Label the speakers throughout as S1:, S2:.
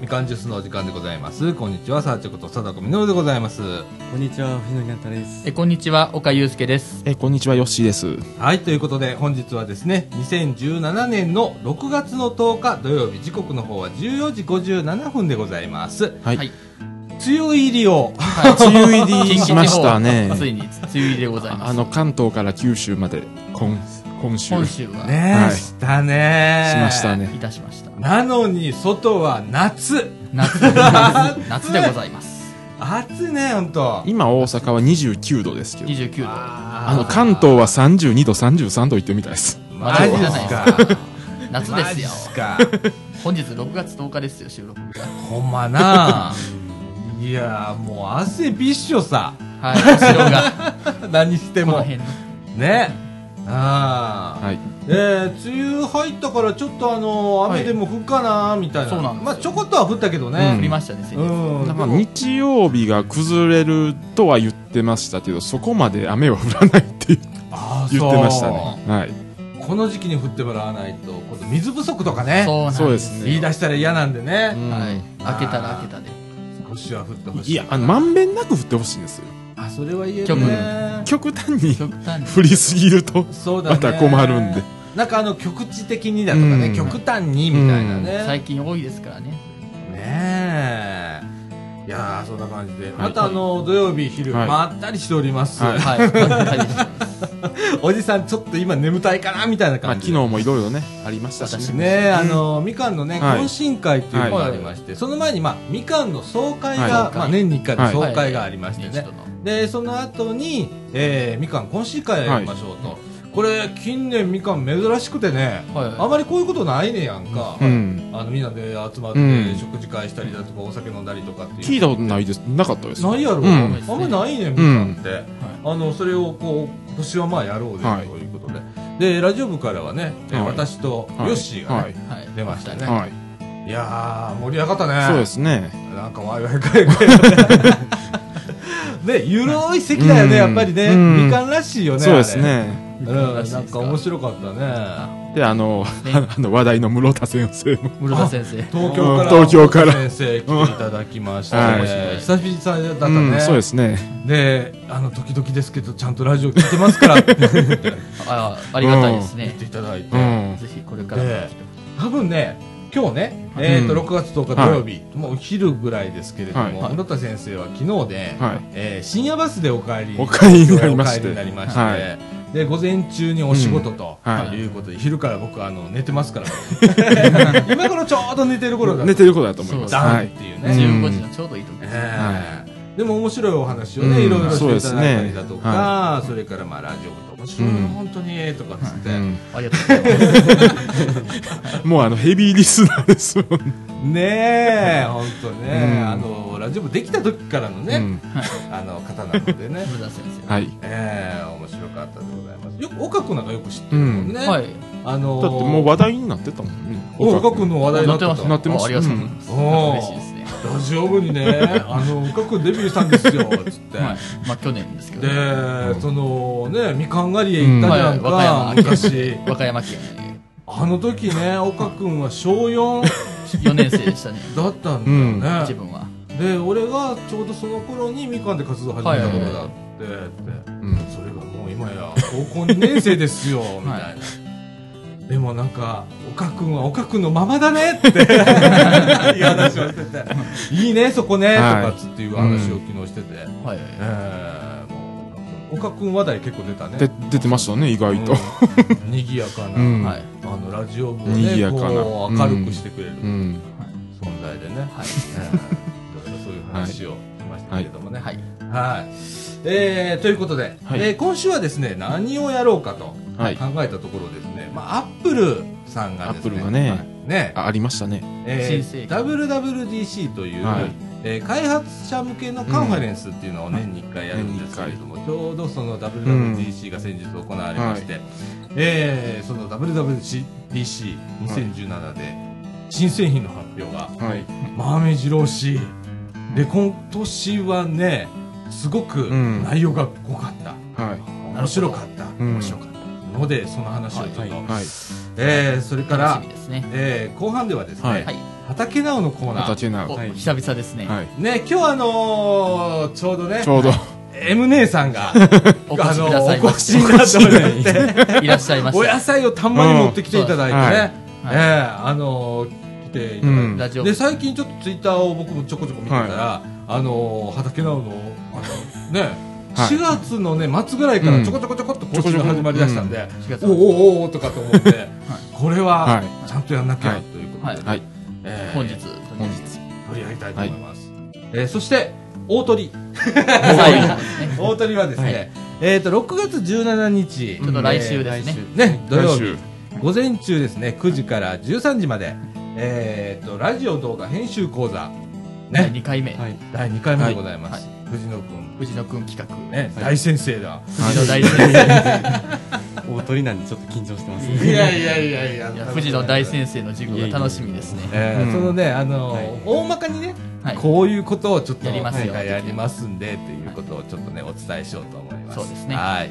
S1: みかんジュースのお時間でございますこんにちはさあちょこと貞子みのるでございます
S2: こんにちは、藤野健太です。
S3: えこんにちは岡祐介です
S4: えこんにちはヨッシーです
S1: はいということで本日はですね2017年の6月の10日土曜日時刻の方は14時57分でございます
S4: はい、
S3: はい
S1: 梅雨入りを
S3: はい
S4: 梅雨入りしました
S3: 近畿地
S4: ね
S3: 方はついに梅雨入りでございます
S4: あの関東から九州まで今今週
S3: 本州は、
S1: ね、
S4: はい
S1: したね
S4: しましたね
S3: いたしました
S1: なのに外は夏
S3: 夏夏夏でございます
S1: 暑いねほんと
S4: 今大阪は29度ですけど
S3: 29度
S1: あ
S4: あの関東は32度33度いってるみたいです
S1: マジっすか
S3: 夏
S1: マ
S3: です
S1: ジっ
S3: よ
S1: すか
S3: 本日6月10日ですよ収録が
S1: ほんまないやーもう汗びっしょさ
S3: はい後ろが
S1: 何して
S3: この
S1: も
S3: 辺の
S1: ねああ、
S4: はい
S1: えー梅雨入ったからちょっとあの
S3: はい
S1: 雨でも降っかなみたいな、
S3: そうなんですよ
S1: まあちょこっとは降ったけど
S4: うん
S3: 降
S1: ね
S3: りましたね先
S1: う
S3: 日
S1: ん、
S4: まあ日曜日が崩れるとは言ってましたけどそこまで雨は降らないって言
S1: あー
S4: 言ってましたねはい
S1: そうこの時期に降ってもらわないと今度水不足とかね
S3: そうなん
S4: そうですね
S1: 言い出したら嫌なんでね、
S4: うん
S3: はい開けたら開けたで
S1: 少しは降ってほしい
S4: いやあのまんべんなく降ってほしいんですよ
S1: あそれは言える
S3: 極
S1: ね
S4: 極端に
S3: 極端に
S4: 降りすぎると
S1: そうだね
S4: また困るんで
S1: なんかあの局地的にだとかね、
S4: うん
S1: 極端にみたいなね、
S3: 最近多いですからね
S1: ねえいやーそんな感じで、また
S4: は
S1: あ
S4: い
S1: の土曜日昼、
S4: はい
S1: まったりしております、
S4: はい
S3: はい
S1: おじさんちょっと今眠たいかなみたいな
S4: まあ
S1: 感
S4: 昨
S1: じ
S4: 日
S1: で、
S4: もいろいろねありましたしね
S1: ねえあのみかんのね
S4: はい
S1: 懇親会というのがあ
S3: はい
S1: りまして、その前に、まあ、みかんの総会が、
S4: はい
S1: まあ、年に1回の
S4: はい
S1: 総会がありましてね、
S3: はい
S1: でその後に、えーみかん懇親会やりましょうと、これ近年みかん珍しくてね
S3: はい
S1: あまりこういうことないねやんか、
S4: うん
S1: あのみんなで集まっ
S4: う
S1: て
S4: ん
S1: 食事会したりだとかお酒飲んだりとかっていう
S4: 聞いたことないですなかったです
S1: ないやろ、
S4: うん
S1: あんまないねみんなって、あのそれをこう今年はまあやろうぜ
S4: はい
S1: ということで、でラジオ部からはね、えー
S4: はい
S1: 私とヨッシーがね、
S4: は
S3: は
S4: い
S3: い
S1: 出ましたね
S4: はい、はい
S1: い、やー盛り上がったね
S4: そうですね
S1: なんかワイワイガイガイ ねゆるい席だよね、
S4: うん
S1: やっぱりね、
S4: うん
S1: みかんらしいよね
S4: そうです
S1: あ
S4: ね
S1: れうん、なんか面白かったね
S4: であの あの話題の室田先生も
S3: 室田先生
S1: 東京から
S4: 東京から
S1: 先生来ていただきまして、
S4: うん
S3: はい
S1: 久々だったね、
S4: うん、そうですね
S1: であの時々ですけどちゃんとラジオ聞いてますからって言 って
S3: あありがたいです
S1: 言っ
S3: ね
S1: ていただいて、
S4: うん
S3: ぜひこれからも
S1: で多分ね今日ね、えーと
S4: うん
S1: 6月10日土曜日、もうお昼ぐらいですけれども、
S3: はい
S1: 室田先生は昨日で、
S4: はい
S1: えー深夜バスでお帰り
S4: お帰りになりまして
S1: お帰になりまして
S4: は
S1: で午前中にお仕事と、、
S4: うんはいいう
S1: ことで昼から僕あの寝てますから 今頃ちょうど寝てる頃だ
S4: 寝てることだと思います
S3: そう
S1: ダ
S4: は
S1: ンっ
S4: い
S1: ていうね、
S4: うん
S3: 15時のちょうどいいとこ
S1: え
S3: です
S1: えでも面白いお話をね、
S4: うん
S1: いろいろしていた
S4: そう
S1: だいた
S4: で
S1: り
S4: すね
S1: だとか、
S4: は
S1: それからまあラジオとか面白い、
S4: うん
S1: 本当にとかっつって、
S4: うん
S3: ありがとうございます
S4: もうあのヘビーリスナーですもんね
S1: ねえ本当ね、
S4: うん
S1: あのラジオもできた時からの
S4: う
S1: ね、
S4: ん
S1: あの方なので ね
S3: 室田先生
S4: はい
S1: ええ面白かったでございますよく岡君なんかよく知ってるもんね、
S3: はい
S1: あの
S4: だってもう話題になってたもんね
S1: 岡君の話題にな
S3: 載
S1: っ
S3: って
S1: た
S3: てます
S4: 載ってます
S3: あありがとうございます
S1: うん
S3: なんか嬉しいですね
S1: ラジオ部にね あの岡君デビューしたんですよつって、
S3: はいまあ去年ですけど
S1: で、そのねみかん狩りへ行ったじゃんか、
S3: うんはい和歌山
S1: 昔
S3: 和歌山県
S1: あの時ね、岡くんは小4
S3: 4年生でしたね
S1: だったんだよ
S3: 自
S1: ね。
S3: 分は
S1: で、俺がちょうどその頃にみかんで活動始めた頃だって、って
S4: うん
S1: それがもう今や高校2年生です よ、みたいな。でもなんか、岡くんは岡くんのままだね っていう話をしてて、いいね、そこね、と
S4: はい
S1: かっつっていう話を昨日してて、
S3: はい
S1: えーもう岡くん話題結構出たね。
S4: で出てましたね意外と
S1: うんにぎやかな、
S4: うん
S3: はい
S1: あのラジオ部を
S4: 賑
S1: ね
S4: やかな
S1: こう明るくしてくれる
S4: うん
S1: 存在でね、
S3: はい
S1: うんいろいろそういう話をしましたけれどもね。
S3: はい
S1: はいえーということで、
S4: はい
S1: えー今週はですね何をやろうかと考
S4: はい
S1: えたところですね、まあ、アップルさんがで
S4: アッ
S1: す
S4: プル
S1: ね
S4: がね
S1: ね
S4: あありましたね
S1: えー
S3: 新世紀
S1: WWDC という、
S4: はい
S1: えー開発者向けのカンファレンスっていうのを年に1回やるんですけれども、ちょうどその WWDC が先日行われまして、えーその WWDC2017 で新製品の発表が
S4: はい
S1: マーメージローシで今年はねすごく
S4: ん
S1: 内容が濃かった、
S4: は
S1: 面白かった、
S4: うん
S1: 面白かったのでその話をちょっと、
S3: はい
S4: はい
S1: えーそれから
S3: 楽しみ、ですね
S1: えー後半ではですね、
S4: は
S3: はい
S1: 畑直のコーナー。
S4: 畑な
S3: お
S4: の。
S2: はい
S3: 久々ですね。
S4: はい。
S1: ね、今日あのーちょうどね
S4: ち、ょうど、
S1: M 姉さんが、
S3: お越しくだ
S1: あ
S3: さい
S1: のお
S3: ま
S1: 越し になっておりまして、
S3: いらっしゃいま
S1: お
S3: し
S1: 野菜をたんまり持ってきていただいてね、
S3: うんそうですはい
S1: ええあのー来ていただいて、
S4: うん
S3: た。ラジオ。
S1: で最近ちょっとツイッターを僕もちょこちょこ見てたら、あのー畑直のあのね、
S4: はい
S1: 4月のね末ぐらいからちょこちょこちょこっと更新が始まりだしたんで、
S3: 4月
S1: おおおおおとかと思って、これは
S4: は
S1: ちゃんとやんなきゃ
S4: はい
S1: ということで、
S4: はい
S1: えー
S3: 本日、
S4: 本日
S1: 取り上げたいと思います、えーそして大鳥
S3: 最後ですね。
S1: 大鳥はですね、えっ、と6月17日
S3: ちょっと来週ですね。
S1: えーね土曜
S4: 来
S1: 日
S4: 週。
S1: 午前中ですね9時から13時までえっ、とラジオ動画編集講座
S3: 第
S1: ね
S3: 2回目。
S2: はい
S1: 第2回目でございます、藤野くん
S3: 藤野くん企画。
S1: ね、
S2: はい
S1: 大先生だ
S3: 藤野大先生。
S2: 大鳥なんでちょっと緊張してますね。
S1: いやいやいやいや
S3: いや藤野大先生の授業が楽しみですね。
S1: えー
S4: うん
S1: そのねあの、
S2: はい
S1: 大まかにね、
S3: はい。
S1: こういうことをちょっと
S3: やりますよ
S1: はいやりますんでっていうことをちょっとねお伝えしようと思います
S3: そうですね
S1: はい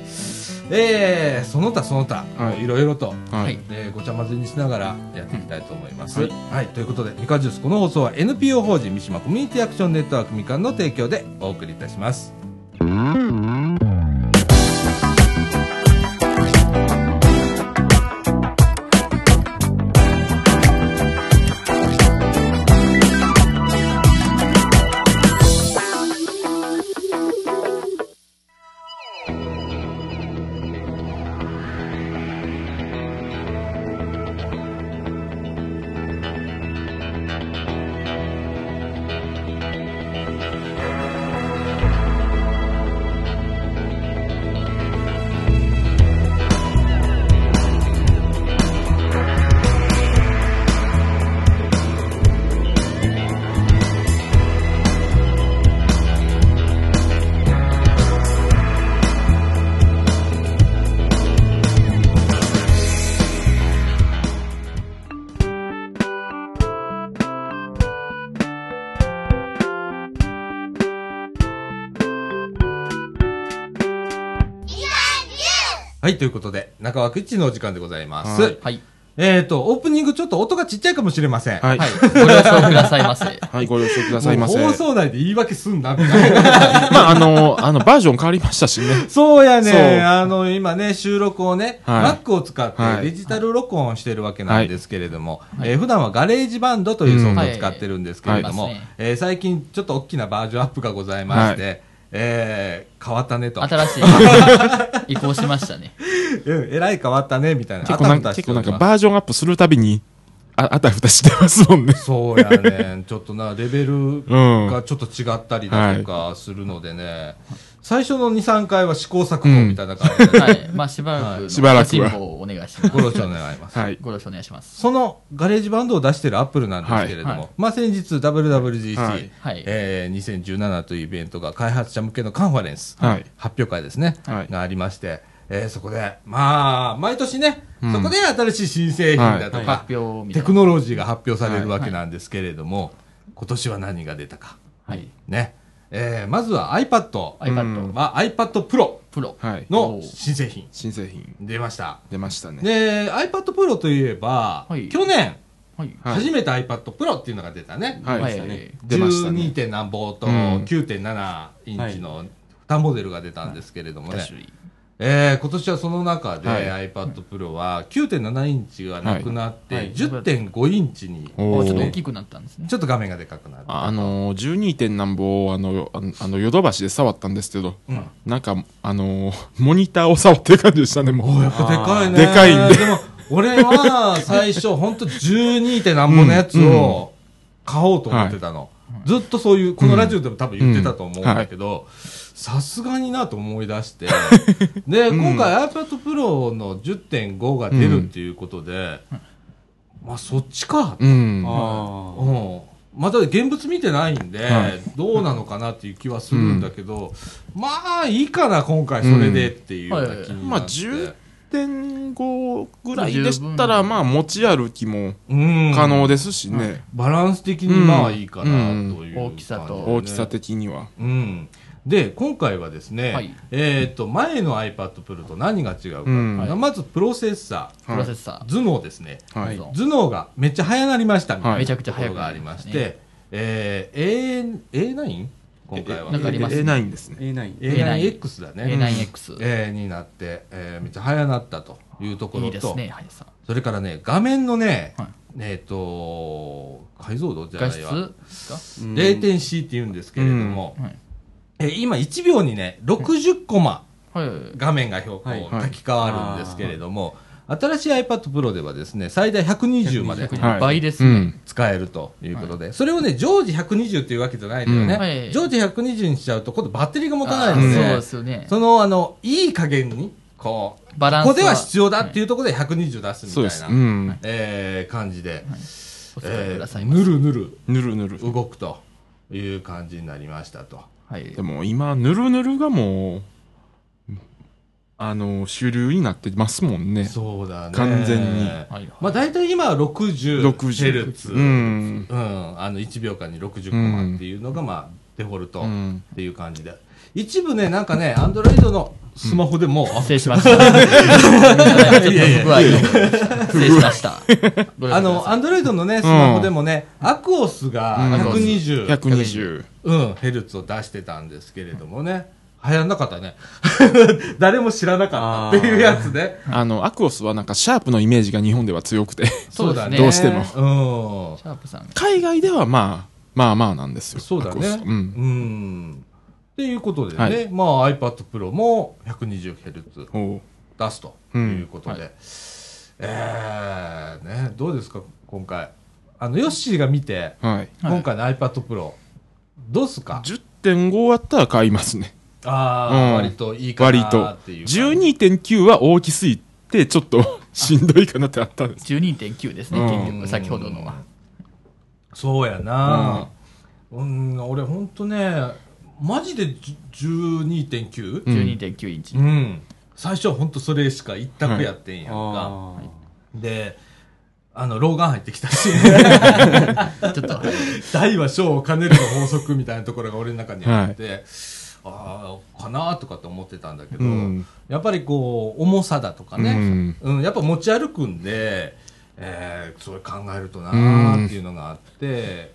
S1: えー、その他その他、
S4: はい
S1: いろいろと
S4: は
S3: はいい。
S1: えーごちゃ混ぜにしながらやっていきたいと思います。
S4: うん
S1: はい、ということで、みかんジュース、この放送は NPO 法人三島コミュニティアクションネットワークみかんの提供でお送りいたします。はい、ということで、中枠一のお時間でございます。
S4: はい
S3: はい。
S1: えっ、ー、と、オープニングちょっと音がちっちゃいかもしれません。
S4: はい
S3: はい。ご了承くださいま せ。
S4: はい、ご了承ください
S1: もう
S4: ませ。
S1: 放送内で言い訳すんな、みたいな。
S4: まあ、あの、あの、バージョン変わりましたしね。
S1: そうや
S4: そう
S1: ね。あの、今ね、収録をね、
S4: はい
S1: Mac を使っ
S4: は
S1: て
S4: い
S1: デジタル録音してるわけなんですけれども、えー普段はガレージバンドというソフトを使ってるんですけれども、
S3: うんはい
S1: えー最近ちょっと大きなバージョンアップがございまして、えー変わったねと。
S3: 新し い移行しましたね。
S1: うん、えらい変わったね、みたいな。
S4: 結構な
S1: あ
S4: ん
S1: た
S4: か、
S1: ふたして
S4: 結
S1: お
S4: 構
S1: り
S4: な
S1: ます
S4: んか、バージョンアップするたびに、あ、あたふたしてますもんね。
S1: そうやねん。ちょっとな、レベル
S4: うん
S1: がちょっと違ったりだとかするのでね。最初の2、3回は試行錯誤みたいな感じで、
S3: はい。まあ、しばらくの
S4: しばらくは
S3: ご辛抱をお願いします。
S1: ご了承願います。
S4: はい。
S3: ご了承お願いします。
S1: そのガレージバンドを出してるアップルなんですけれども、
S3: はいはい
S1: まあ先日 WWGC、
S4: はい
S3: はい
S1: えー2017というイベントが開発者向けのカンファレンス、
S4: はい
S1: 発表会ですね、
S4: はい
S1: がありまして、えーそこで、まあ、毎年ね、
S4: うん
S1: そこで新しい新製品だとか、
S3: 発表みた
S1: テ
S3: い
S1: ク
S3: な。
S1: ノロジーが発表されるわけなんですけれども、今年は何が出たか。
S3: はい。
S1: ね。えーまずは iPad。
S3: iPad
S1: は iPad Pro
S3: プロ。
S4: はい。
S1: の新製品。
S4: 新製品、
S1: 出ました。
S4: 出ましたね。
S1: で、iPad Pro といえば、
S3: はい
S1: 去年、
S3: はい。
S4: はい
S1: 初めて iPad Pro っていうのが出たね。
S4: はい。
S3: はい
S4: 出ましたね。
S1: 12. 何ぼと
S4: うん
S1: 9.7インチの2モデルが出たんですけれどもね、
S3: 2種類。
S1: えー今年はその中で
S4: は
S1: iPad Pro は9.7インチがなくなって、
S2: はい
S1: 10.5インチに
S4: お
S3: おちょっと大
S4: ー
S3: きくなったんですね
S1: ち。ょっと画面がでかくなる。
S4: あのー、12. 点なんぼをあの、あのあの、ヨドバシで触ったんですけど、
S1: うん
S4: なんか、あの ー、モニターを触ってる感じでしたね、も
S1: お
S4: う。
S1: やっぱでかいね。
S4: でかいんで
S1: でも、俺は最初、ほんと12点なんぼのやつを買おうと思ってたの。ずっとそういう、このラジオでも多分言ってたと思うんだけど、さすがになと思い出して、で、今回 iPad Pro の10.5が出るっていうことで、まあそっちか。
S4: うん。
S2: あ
S1: う
S2: ー
S1: ん。まだ現物見てないんで
S4: はい、
S1: どうなのかなっていう気はするんだけど、まあいいかな、今回それでっていうような気にな
S4: まあ、
S1: って。
S4: 10.5ぐらいでしたら、
S3: 十分
S4: まあ、持ち歩きも
S1: うん
S4: 可能ですしね。
S1: バランス的にまあいいかなという、
S3: うん大きさと
S4: 大きさ的には。
S1: うんで、今回はですね、
S3: はい
S1: えっ、と、前の iPad Pro と何が違うか、
S4: うん
S1: はいまずプロセッサ
S3: プロセッサ
S1: ー、頭脳ですね。
S4: ー。はい。
S3: は
S1: 頭脳がめっちゃ早なりましたみたいな
S4: はい
S3: めちゃくちゃ早く
S1: ところが
S3: な
S1: あ
S3: り
S1: りま
S3: まし
S1: した
S3: ね
S1: て、えー、A- A9? 今回は
S3: え。なんかありますね
S4: A9 ですね。
S2: A9。
S1: A9X だね。
S3: A9X
S1: えーになって、えーめっちゃ早なったというところと、
S3: いいですね、林さん。
S1: それからね、画面のね、
S3: はい
S1: えっ、と、解像度じゃ
S3: 画
S1: ない
S3: 質
S1: わ。
S3: です
S2: うん
S1: 0.C って言うんですけれども、
S3: かはい。
S1: えー今1秒にね、60コマ
S3: はい。
S1: 画面が表、
S2: はい
S1: こう書き換わるんですけれども、新しい iPad Pro ではですね、最大120まで
S2: 120
S4: はい
S3: 倍です
S4: う
S3: ね。
S4: ん。
S1: 使えるということで、それをね、常時120っていうわけじゃないんだよね。
S3: うんはい
S1: 常時120にしちゃうと、今度バッテリーが持た
S3: あ
S1: ない
S3: ー
S1: の
S3: そう
S1: で、
S3: ですよね。
S1: その、あの、いい加減に、こう、
S3: バランス
S1: ここでは必要だって
S3: い
S1: いうところで120出すみた
S4: そ
S1: いうな、
S4: です。うん。
S1: えー感じで、
S3: うお使い
S1: え
S3: くださ
S1: ー
S3: いま
S1: ぬ
S3: せ。
S1: るぬる
S4: ぬるぬる。
S1: 動くという感じになりましたと。
S3: はい
S4: で。も今、ぬるぬるがもう、あの、主流になってますもんね。
S1: そうだね。
S4: 完全に
S3: はい
S1: まあ大体今は60ヘルツ。
S4: う。ん。
S1: うん、あの1秒間に60コマっていうのが、まあ、デフォルト
S4: うん
S1: っていう感じで、一部ね、なんかね、アンドロイドのスマホでも、
S3: 失礼しました。ちょっと不具合が失礼しました。ご
S1: あ
S3: 了承くだ
S1: の、
S3: さい
S1: アンドロイドのね、スマホでもね、アクオスが120、
S4: 120。
S1: うん、ヘルツを出してたんですけれどもね、流行んなかったね。 誰も知らなかったっていうやつね。
S4: あの、アクオスはなんかシャープのイメージが日本では強くて、
S3: そうだね
S4: どうしても。
S1: も。
S3: シャープさんが。
S4: 海外ではまあ、まあまあなんです
S1: うん、
S4: よ。
S1: そうだ
S4: アクオス
S1: ね。
S4: うん。
S1: んっていうことでね、
S4: はい
S1: まあ iPad Pro も 120Hz
S4: ほ
S1: 出すということで、
S3: うんは
S1: えー、ね、どうですか、今回。あの、ヨッシーが見て、
S4: う。はい。
S3: はい
S1: 今回の iPad Pro、どうっすか
S4: 10.5あったら買いますね。
S1: あ
S4: う
S1: あ、
S4: ん
S1: 割といいか
S4: 割
S1: な
S4: と
S1: っ。ていう。
S4: 12.9は大きすぎて、ちょっと しんどいかなってあったんです。
S3: 12.9ですね、
S4: うん
S3: 結局、先ほどのは。
S1: そうやな、うん、俺ほんとね、マジでじゅ 12.9?
S4: うん
S3: 12.9インチ
S1: う。ん。最初はほんとそれしか一択やってんやんか。
S2: あ
S1: で、あの、老眼入ってきた し、
S3: ちょっと、はい
S1: 大は小を兼ねるの法則みたいなところが俺の中にあって、ああ、かなとかって思ってたんだけど、
S4: うん
S1: やっぱりこう、重さだとかね、うんやっぱ持ち歩くんで、えー、それ考えるとなーっていうのがあって、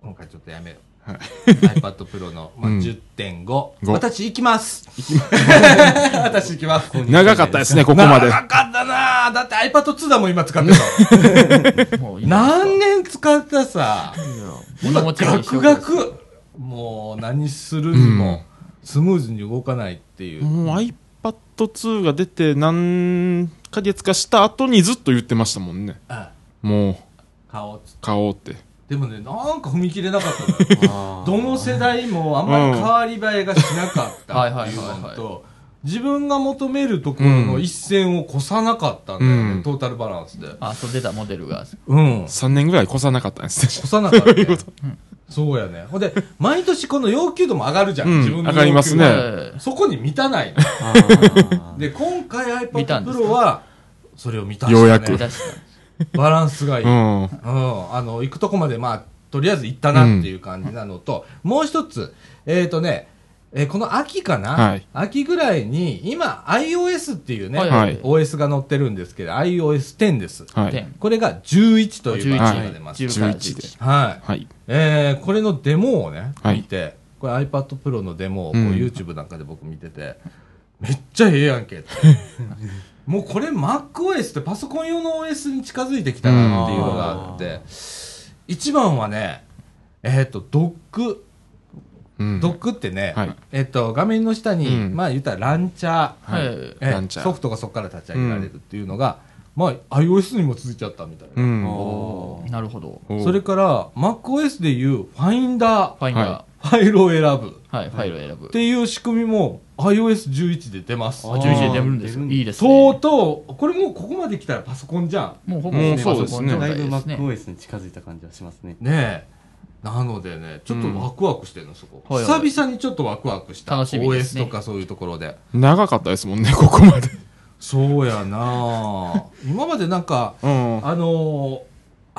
S1: 今回ちょっとやめよう。
S4: はい
S1: iPad Pro の、まあ、
S4: うん
S1: 10.5、
S4: ご
S1: 私行きます。 私行きます。
S4: 長かったですね、ここまで。
S1: 長かったなーだって iPad 2だもん今使ってたの。
S3: もういいですか
S1: 何年使ったさ。今、
S3: 物持
S1: ガ
S3: ちが一
S1: ク
S3: 緒
S1: ガク。もう、何するにも、スムーズに動かないっていう。
S4: もう iPad2 が出て何ヶ月かした後にずっと言ってましたもんね。
S1: あ
S4: もう、
S1: 顔つ。
S4: 買おうって。
S1: でもね、なんか踏み切れなかったのよどの世代もあんまり変わり映えがしなかったっていう
S3: うんはいはい
S1: の
S3: はい
S1: と、自分が求めるところの一線を越さなかったんだよね、
S4: うん
S1: トータルバランスで。
S3: あ、そう出たモデルが。
S1: うん。
S4: 3年ぐらい越さなかったんですね。
S1: 越さなかった、ね。そうやね。ほんで、毎年この要求度も上がるじゃん、
S4: うん
S1: 自分の要求が
S4: 上がりますね
S3: ええ
S1: そこに満たないの。
S2: あ。
S1: で、今回
S3: 見た
S1: iPad
S3: んです
S1: Pro
S3: か
S1: は、それを満た
S4: ようや
S1: し
S4: く
S1: たね。
S3: 出した。
S1: バランスがいい。
S4: う
S1: うん。
S4: ん。
S1: あの、行くとこまで、まあ、とりあえず行ったなっていう感じなのと、もう一つ、えっ、とね、えーこの秋かな、
S4: はい
S1: 秋ぐらいに、今、iOS っていうね、
S3: はい
S4: はい
S1: OS が載ってるんですけど、iOS10 です。
S4: はい。
S3: 10
S1: これが11という版
S4: 11
S1: が出ます。
S3: 10から11
S4: 11で
S1: はい。
S4: はい。
S1: えーこれのデモをね、
S4: はい
S1: 見て、これ iPad Pro のデモをこう
S4: うん
S1: YouTube なんかで僕見てて、めっちゃええやん けって。もうこれ MacOS ってパソコン用の OS に近づいてきたなっていうのがあって、一番はね、えっ、と、ドック、
S4: うん
S1: ドックってね、
S4: はい
S1: えっ、と、画面の下に、
S4: うん
S1: まあ言ったらランチャー、
S4: はい
S3: はい
S1: え
S4: ランチャー
S1: ソフトがそこから立ち上げられるっていうのが、まあ iOS にも続いちゃったみたいな。
S4: うん。
S3: なるほど。
S4: お
S1: それから、MacOS でいうファインダー
S3: ファインダ
S1: ファイルを選ぶ
S3: ー。はい、ファイルを選ぶ
S1: っ。ていう仕組みも iOS11 で出ます。
S3: あ、
S2: ー
S3: 11で出るんです
S2: 出
S3: よ。
S2: るんだ
S3: いいです
S1: とう
S3: ね。
S1: とう、これもうここまで来たらパソコンじゃん。
S3: もうほぼ
S4: もう
S3: パ
S4: そう
S3: ソ
S4: です
S3: コ
S4: ね
S3: ン状
S2: だい
S3: 態
S2: ぶ
S3: ですね。
S2: MacOS に近づいた感じはしますね。
S1: ねえ。なのでね、ちょっとワクワクしてるの、そこ。
S3: はいはい
S1: 久々にちょっとワクワクした。
S3: 楽しみです
S1: OS
S3: ね
S1: とかそういうところで。
S4: 長かったですもんね、ここまで。
S1: そうやな あ今までなんか、
S4: うん。
S1: あのー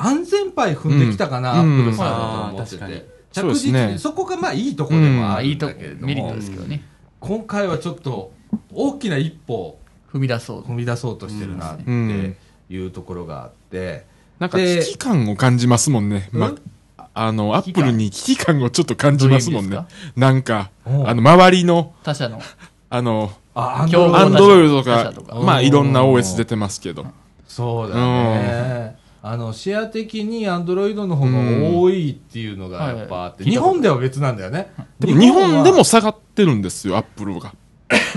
S1: 安全牌踏んできたかな、ア
S4: うん
S1: ップルさんだと思って
S2: うんあー
S1: て。
S4: そう
S1: 着
S4: です
S1: 実
S4: ね
S1: にそこがまあいいところでも
S3: ま
S1: あ
S3: あ
S1: る
S3: い
S1: ん
S3: いと
S1: だ
S3: こ
S1: けれども、
S3: メリットですけどね
S1: 今回はちょっと大きな一歩を
S3: 踏み出そう
S1: 踏み出そうとしてるなっ
S4: うん
S1: ていうところがあって、
S4: なんか
S1: で
S4: 危機感を感じますもんね。ま
S1: ん、
S4: あの、ア
S3: 危機
S4: ップ
S3: 感
S4: ルに危機感をちょっと感じますもん
S3: どういう意
S4: ね
S3: 味。
S4: なんか、あ
S1: うん
S4: の、周りの、
S3: 他社の
S4: あの、
S1: あ
S3: 競合
S4: アンドロイドと
S3: 他社
S4: か
S3: と、か
S4: まあ、いろんな
S1: うん
S4: OS 出てますけど。
S1: そうだね。あの、シェア的にアンドロイドの方が多いっていうのがやっぱあって、
S3: うんはい
S1: 日本では別なんだよね。
S4: でも日本で
S1: は
S4: も、下がってるんですよ、アップ ルが。う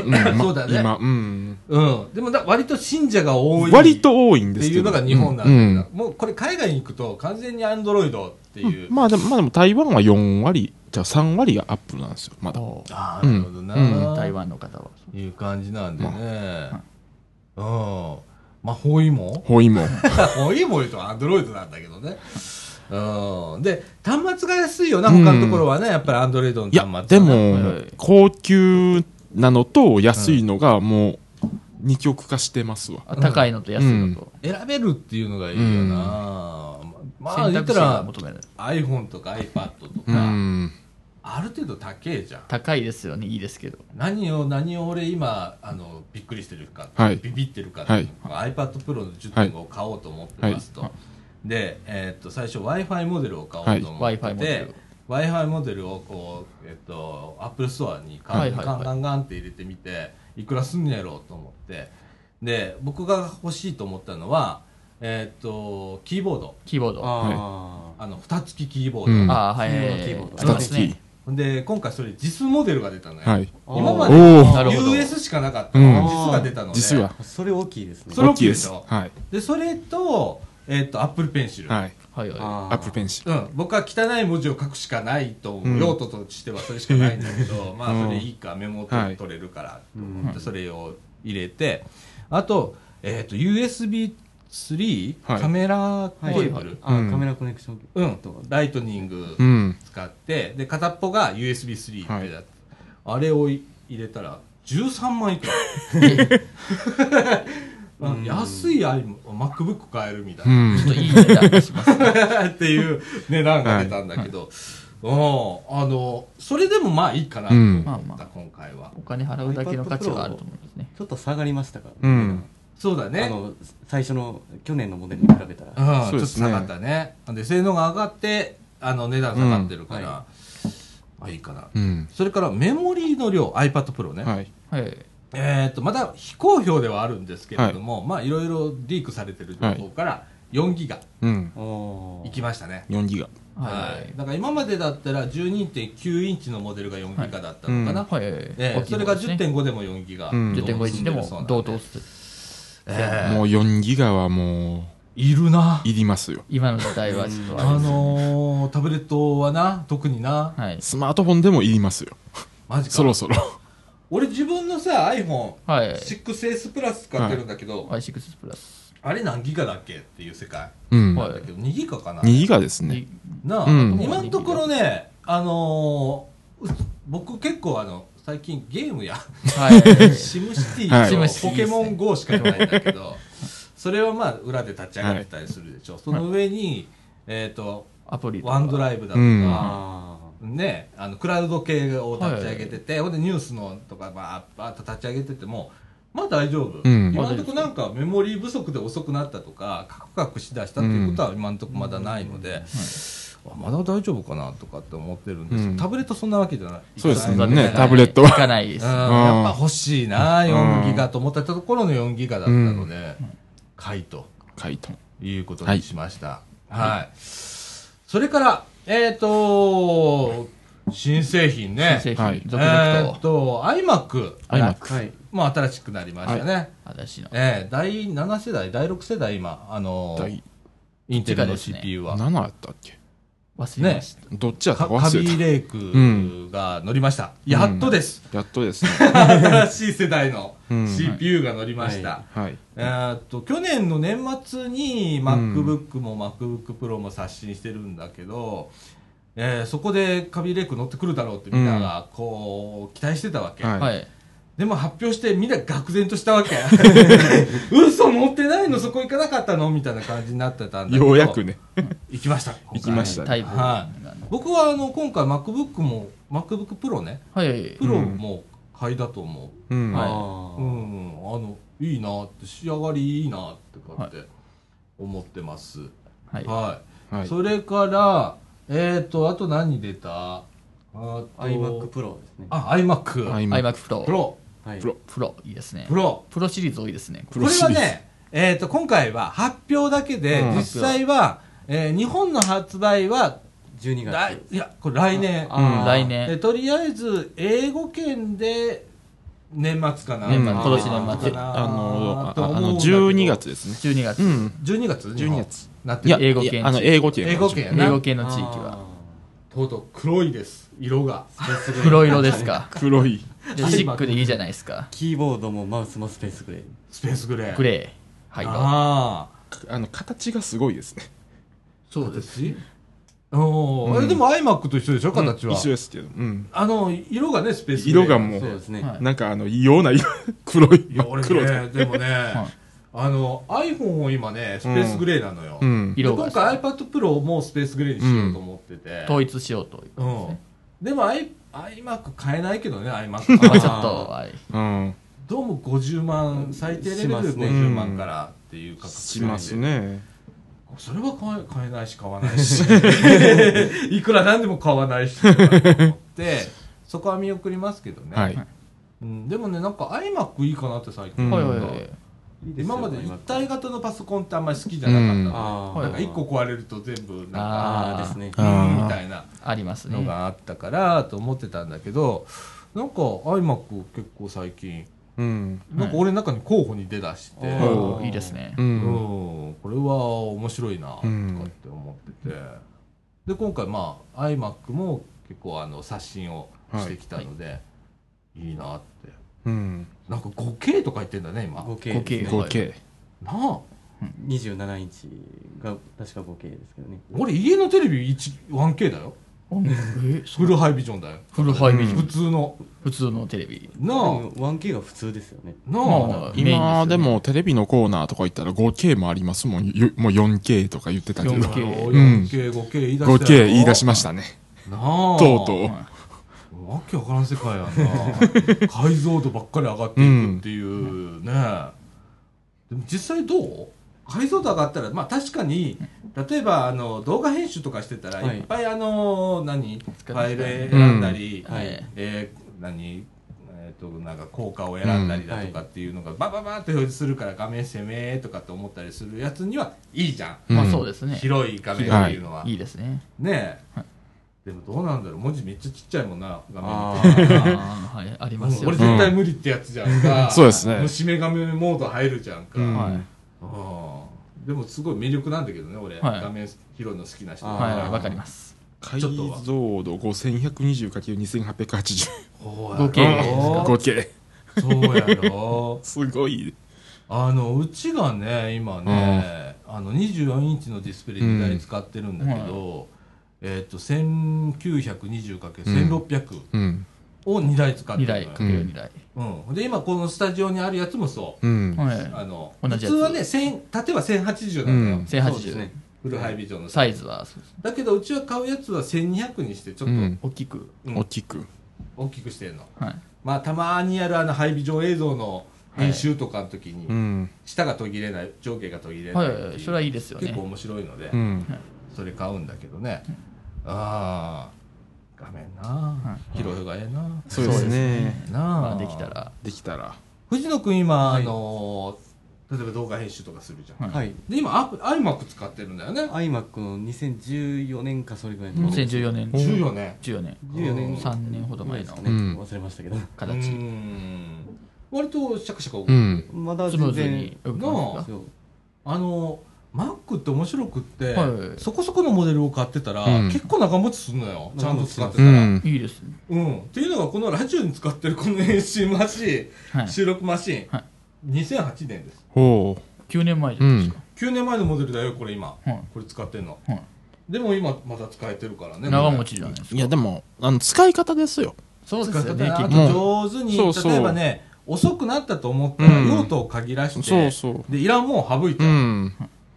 S4: んま
S1: そうだね
S4: 今、うん。
S1: うん。でもだ割と信者が多い。
S4: 割と多いん
S1: っ
S4: で
S1: て
S4: すけ
S1: い
S4: ど。
S1: うのが日本なんだ、
S4: うん
S1: もうこれ海外に行くと完全にアンドロイドっていう、
S4: まあでも、まあでも台湾は4割、じゃあ3割がアップルなんですよ、まだ。
S3: おー
S1: ああなるほどな、
S4: うん
S3: 台湾の方は
S1: いう感じなんでね、うんまあ包囲網
S4: ほいも。
S1: 包囲網言うとアンドロイドなんだけどねうん、で端末が安いよな他のところはね、やっぱりアンドロイドの
S4: い
S1: 端末、
S4: や
S1: ね、、
S4: で
S3: は
S4: も
S3: い、
S4: 高級なのと安いのがもう、二極化してますわ。
S3: あ高いのと安いのと
S1: 選べるっていうのがいいよな、まあ
S3: 選
S1: 言っ
S3: 択
S1: た
S3: 肢が
S1: ら
S3: 求める
S1: iPhone とか iPad と
S4: う
S1: か、
S4: ん。
S1: ある程度高えじゃん
S3: 高いですよねいいですけど
S1: 何を何を俺今あのびっくりしてるか、
S4: はい
S1: ビビってるかっていうのが、iPad Pro の10.5を買おうと思ってますと、
S4: はい
S1: で、えーっと最初 w i f i モデルを買おうと思ってて、
S3: はい Wi-Fi モデル
S1: w i f i モデルをこう、えっと Apple Store にガン,、
S3: はいはいはい
S1: ガンガンって入れてみていくらすんのやろうと思ってで僕が欲しいと思ったのは、えーっとキーボード
S3: キーボード
S2: あ
S1: あの蓋付きキーボード、
S4: うん
S3: ああはい
S2: キーボードキーボード
S3: あり
S4: 二
S3: ま
S4: つ
S3: す
S4: き
S3: ね。
S1: で今回それ実モデルが出たのよ、
S4: はい。
S2: あー
S1: 今ま
S4: お
S1: で
S4: お
S3: なるほど
S1: US しかなかったのが実が出たので
S4: 実は。
S2: あそれ大きいですね
S1: それ
S4: 大
S1: 大
S4: き
S1: き
S4: い
S1: い
S4: で
S1: ですす。
S4: はい。
S1: でそれと,、えっとアップルペンシル、
S4: はい。
S3: はいは
S4: アップルペ
S2: ン
S4: ンシル。
S1: うん、僕は汚い文字を書くしかないと思う、
S4: うん
S1: 用途としてはそれしかないんだけどまあそれいいかメモ
S4: はい
S1: 取取れるからと思ってそれを入れてあと,、えっと USB3、
S4: はい
S1: カメラケーブル、
S3: はいはい
S2: あ
S4: うん
S2: ーカメラコネクション
S1: うん、ライトニング
S4: うん。
S1: 使ってで片っぽが USB3 ってやつあれをい入れたら13万いくら あ安い iPhone MacBook 買えるみたいうな、
S3: い。ちょっ
S4: ん。
S3: といい値段がしま す。
S1: っていう値段が出たんだけど、うんあのそれでもまあいいかなと思った、
S3: うんまあま
S1: 今回は
S3: お金払うだけの価値はあると思うんですね。
S2: ちょっと下がりましたか
S4: うん。
S1: そうだ
S2: あ
S1: ね
S2: の最初の去年のモデルに比べたら
S1: うん、ち
S4: そ
S1: ょ
S4: う
S1: っ
S4: で
S1: と
S4: すね
S1: 下がったねで性能が上がってあの値段下がってるから、
S2: うん
S1: まあいいかな、
S4: うん。
S1: それからメモリーの量 iPad Pro ね、
S4: はい。
S3: はい。
S1: えー、とまだ非公表ではあるんですけれども、まあいろいろリークされてる情報から4ギガ
S4: うん。
S2: おー
S1: いきましたね、
S4: 4ギガ。
S1: は
S3: はい
S1: だから今までだったら12.9インチのモデルが4ギガだった
S4: はい
S1: のか
S3: い。
S1: な、
S3: はい。
S1: ええ
S3: 大きい
S1: それが
S3: 方ですね
S1: 10.5でも4ギガ、
S4: うん
S3: 10.5インチでも同等する。
S1: ええ
S4: もう4ギガはも
S1: いるな
S4: う、いりますよ。
S3: 今の時代はちょっとあ
S1: あ
S3: れです。
S1: のー、タブレットはな特にな
S3: はい。
S4: スマートフォンでもいりますよ。
S1: マジか
S4: そろそろ。
S1: 俺自分のさ iPhone
S3: はい。
S1: 6S プラス使ってるんだけど、
S3: i6 プラス。
S1: あれ何ギガだっけっていう世界
S4: うん。
S3: は
S4: 2
S1: だけど2ギガかな
S4: ギガですね。
S3: に
S1: なあ、
S4: うん
S1: 今のところね、あのーう僕結構あの、最近ゲーム や、
S3: はい。
S1: シムシテ
S4: はい
S3: シム
S1: ィ
S3: シテ
S1: と
S3: ィ
S1: ポケモン GO しかやらないんだけど、それはまあ裏で立ち上がってたりするでしょ。その上に、えっ、と、
S3: アプリとか。
S1: ワンドライブだと
S4: うん
S1: か、
S2: あ
S1: ね、あの、クラウド系を立ち上げてて、ほんでニュースのとかばーっと立ち上げてても、まあ大丈夫。
S4: うん
S1: 今のところなんかメモリー不足で遅くなったとか、カクカクしだしたっていうことは今のところまだないので、あまだ大丈夫かなとかって思ってるんですけど、
S4: うん
S1: タブレットそんなわけじゃない。
S4: そうです
S1: うん、やっ
S4: ねタブレットは
S3: 行かないです。
S1: ぱ欲しいな、
S4: うん
S1: 4ギガと思ってたところの4ギガだったので、買いと
S4: 回答。
S1: いうことにしました。はい。それから、えっ、と、新製品ね。
S3: 製
S4: は
S3: 品
S4: い、
S3: 続
S1: え
S3: 々
S1: っ、
S3: と。
S1: と、iMac。
S2: ー
S4: iMac
S2: はい
S1: まあ、新しくなりましたね。
S3: 私の。
S1: ええ第7世代、第6世代、今、あの
S4: 第
S1: インテルの
S3: 直ですね
S1: CPU は、
S4: 7やったっけ
S3: 忘れました。
S4: どっちやった
S1: カ
S4: か
S1: カ
S4: 忘
S1: ビ
S4: れ
S1: レイクが乗りました。やっとです。
S4: た。やっとですね。
S1: 新しい世代の
S4: うん
S1: CPU が乗りました、
S4: はい。
S1: えーっと去年の年末に MacBook も MacBookPro も刷新してるんだけど、えーそこでカビレイク乗ってくるだろうってみんながこう期待してたわけ、
S4: はい
S3: はい。
S1: でも発表してみんな愕然とした わけ嘘持ってないのそこ行かなかったのみたいな感じになってたんだけど
S4: ようやくね。
S1: 行きました
S4: 行きましたね
S3: タイプ。
S1: は僕はあの今回 MacBook も MacBookPro ね
S3: はいはい。
S1: プロも買いだと思
S4: うん
S3: はい
S1: う、うんあのいいなって仕上がりいいなってかって思ってます
S3: はい。
S1: はい
S4: はい
S1: それからえっ、ー、とあと何出たあと
S2: iMac Pro ですね。
S1: あ iMac
S4: あ今
S3: iMac Pro。
S1: プ。ロ
S2: はい
S4: プロ
S3: プロ、いいですね。
S1: プロ
S3: プロシリーズ多いですね。
S4: プ
S1: こ
S4: ロ
S1: れ
S4: シ
S1: は
S4: リーズ
S1: ね、えー、と今回は発表だけで、
S4: うん
S1: 実際は、えー日本の発売は
S2: 12
S1: 来
S2: 月。
S1: いやこれ来年
S4: うん
S3: 来
S1: え
S3: 年。
S1: とりあえず英語圏で年末かな、
S3: 年
S4: 末今
S3: 年年末
S1: かな
S4: あのあ
S1: と思
S4: あ
S1: うん
S4: の
S1: だけど
S4: 12月ですね
S3: 12月。
S4: うん
S1: 12月日本
S4: 12月
S1: なって
S4: い
S1: る
S4: や
S3: 英語圏
S4: いやあの英語圏
S1: 英語圏やな
S3: 英語系の地域は。
S1: とうとう黒いです色が
S2: あー。それすごい
S3: 黒色です。か。
S4: 黒い
S3: じゃあシックでいいじゃないですか。
S2: キーボードもマウスもスペースグレー。
S1: スペースグレー
S3: グレー。はい。
S1: ああ
S4: あの形がすごいですね
S1: そうですしおー
S4: うん
S1: えでも iMac と一緒でしょ形は、
S4: うん一緒ですけどうん
S1: あの色がねスペースグレー
S4: 色がも
S2: そう
S4: う
S2: ですね。
S3: はい
S4: なんかあの異様な色黒い
S1: いや俺
S4: 真っ黒で
S1: ねで もね、あの iPhone を今ねスペースグレーなのよ、
S4: うん
S1: で
S3: 色
S1: 今
S3: が
S1: 回 iPad Pro もスペースグレーにしようと思ってて、
S3: 統一しようということです
S1: うん
S3: ね。
S1: でも i iMac 買えないけどね
S3: まあ
S1: iMac
S3: ちょっと、はい。
S4: うん
S1: どうも50万最低レベル
S2: しますね
S1: 50万からっていう価格
S4: し
S1: 帯で
S4: ますね
S1: それは買え買えないし買わないしいくらなんでも買わないしとか思ってそこは見送りますけどね、
S4: はい
S1: うん、でもねなんか iMac いいかなって最
S4: う
S1: 近、
S4: ん
S3: はいはいはい。
S2: いいすよ
S1: 今まで一体。型のパソコンってあんまり好きじゃなかったので、
S4: うん
S2: あ
S1: なん
S2: あ。
S1: か1個壊れると全部なんか
S2: ああですね。
S4: あー
S1: みたいな
S3: ありますね
S1: の。があったからと思ってたんだけどなんか iMac 結構最近
S4: うん
S1: なんか俺の中に候補に出だして、
S2: はい
S3: おーいいですね
S4: う。
S1: うんん、これは面白いなとかって思ってて、で今回まあ iMac も結構あの刷新をしてきたので、い、いなって
S4: うん
S1: なんか 5K とか言ってんだね今な
S2: 5K ですね。
S3: 5K
S4: 合計
S1: あ
S2: 27インチが確か 5K ですけどね。
S1: 俺家のテレビ 1- 1K だよ
S3: え
S1: フルハイビジョンだよ
S3: フルハイビジョン
S1: 普通の
S3: 普通のテレビ。
S1: な
S2: で
S1: あ
S2: も 1K が普通ですよね。
S1: なあ、
S3: まあメインす
S4: 今
S3: よね
S4: でもテレビのコーナーとか行ったら 5K もありますもんよもう 4K とか言ってたけど
S3: 4K
S4: ん
S1: 4K、5K 言い出したよ
S4: 5K 言い出しましたね
S1: なあ
S4: とうとう
S1: うわけわからん世界やな 解像度ばっかり上がっていくっていうね、でも実際どう解像度上がったらまあ確かに例えばあの動画編集とかしてたら、
S2: はい
S1: い、っぱいあの何フ
S3: 使って
S1: ァイル選んだり、
S2: うんはい
S1: えー何えーとなんか効果を選んだりだとかっていうのがバババーって表示するから画面攻めとかって思ったりするやつにはいいじゃん、
S3: まあ
S4: うん
S3: そうですね。
S1: 広い画面っていうのは、
S3: いいですね。
S1: ねえ、でもどうなんだろう文字めっちゃちっちゃいもんな画
S2: あ
S1: 面って
S3: あーはい、あり
S1: う
S3: ます
S1: ん
S3: よ
S1: 俺
S3: ね。
S1: 絶対無理ってやつじゃんか、
S4: そうですね
S1: 虫眼鏡モード入るじゃんか、
S4: うん
S1: あ
S3: はい
S1: あでもすごい魅力なんだけどね俺、
S3: はい
S1: 画面広いの好きな人だから
S3: はい、わかります。
S4: 解
S1: ち
S4: 像
S1: ょっと
S4: 度
S1: は
S4: 5120×2880
S1: ほうやろ
S3: 5K
S4: 5K
S1: そうやろ
S4: すごい
S1: あのうちがね今ね、あの24インチのディスプレイ2台使ってるんだけど、えっ、と 1920×1600
S4: うん
S1: を2台使って
S3: 2
S1: るの
S3: 台
S1: よ
S3: かける2台。
S1: うん、で今このスタジオにあるやつもそう
S4: うん
S3: は
S1: あの
S3: 同
S1: 普
S3: じや
S1: 通
S3: つ
S1: はね1000縦は1080なんだよ、
S4: うん
S3: い。1080。。
S1: フルハイビジョンの
S3: サイズはそうです
S1: だけどうちは買うやつは1200にしてちょっと
S4: うん
S3: 大きく。
S1: うん
S4: 大きく
S1: 大きくしてるの、
S3: はい。
S1: まあたまにやるあのハイビジョン映像の編集とかの時に、
S4: うん
S1: 下が途切れない上下が途切れな
S3: はい
S1: っ
S3: いは
S1: て
S3: いはい、
S1: いう
S3: それはいいですよ
S1: 結構
S3: ね。
S1: 面白いので、
S4: うん
S1: それ買うんだけどね、ああ画面な、広いがええな、
S4: そうです
S3: そうです
S4: ね
S1: なあ、
S3: まあできたら。
S4: できたら
S1: 藤野君今、あの例えば動画編集とかするじゃん、
S3: はい
S2: はい。
S1: で今アップ iMac 使ってるんだよね
S2: iMac の2014年かそれぐらいの。
S3: 2014年、
S1: 14年
S3: 14年、
S2: 14年
S3: 3年ほど前の
S2: ですかね。
S4: うん
S2: 忘れましたけど。
S1: うー
S3: 形。
S1: ん割とシャカシャカ動く、
S4: うん
S2: まだ
S3: スム
S2: 全
S3: ーズ
S2: 然
S3: に。動きま
S1: な
S3: すか
S2: そう
S1: あの Mac って面白くって、
S3: はい
S1: そこそこのモデルを買ってたら、
S4: うん
S1: 結構長持ちするのよちゃんと使ってた
S4: う
S1: ら、うん
S4: ん
S3: いいですね。
S1: っていうのがこのラジオに使ってるこの編集マシ
S3: は
S1: ン
S3: い。
S1: 収録マシン、
S3: はい
S1: 2008年です
S4: ほ
S3: 9年前じゃないですか。
S1: 9年前のモデルだよこれ今、
S3: はい
S1: これ使ってんの
S3: はい
S1: でも今まだ使えてるからね
S3: 長持ちじゃないです
S4: う
S3: か。
S4: いやでもあの使い方ですよ
S3: そう
S1: 使
S3: ですよ
S1: って
S3: ね、
S1: た
S3: 結
S1: あ
S3: 局。
S1: と上手に、
S4: そうそう
S1: 例えばね遅くなったと思ったら
S4: うん
S1: 用途を限らして、
S4: そうそう
S1: でいらんもん省いて、
S4: うん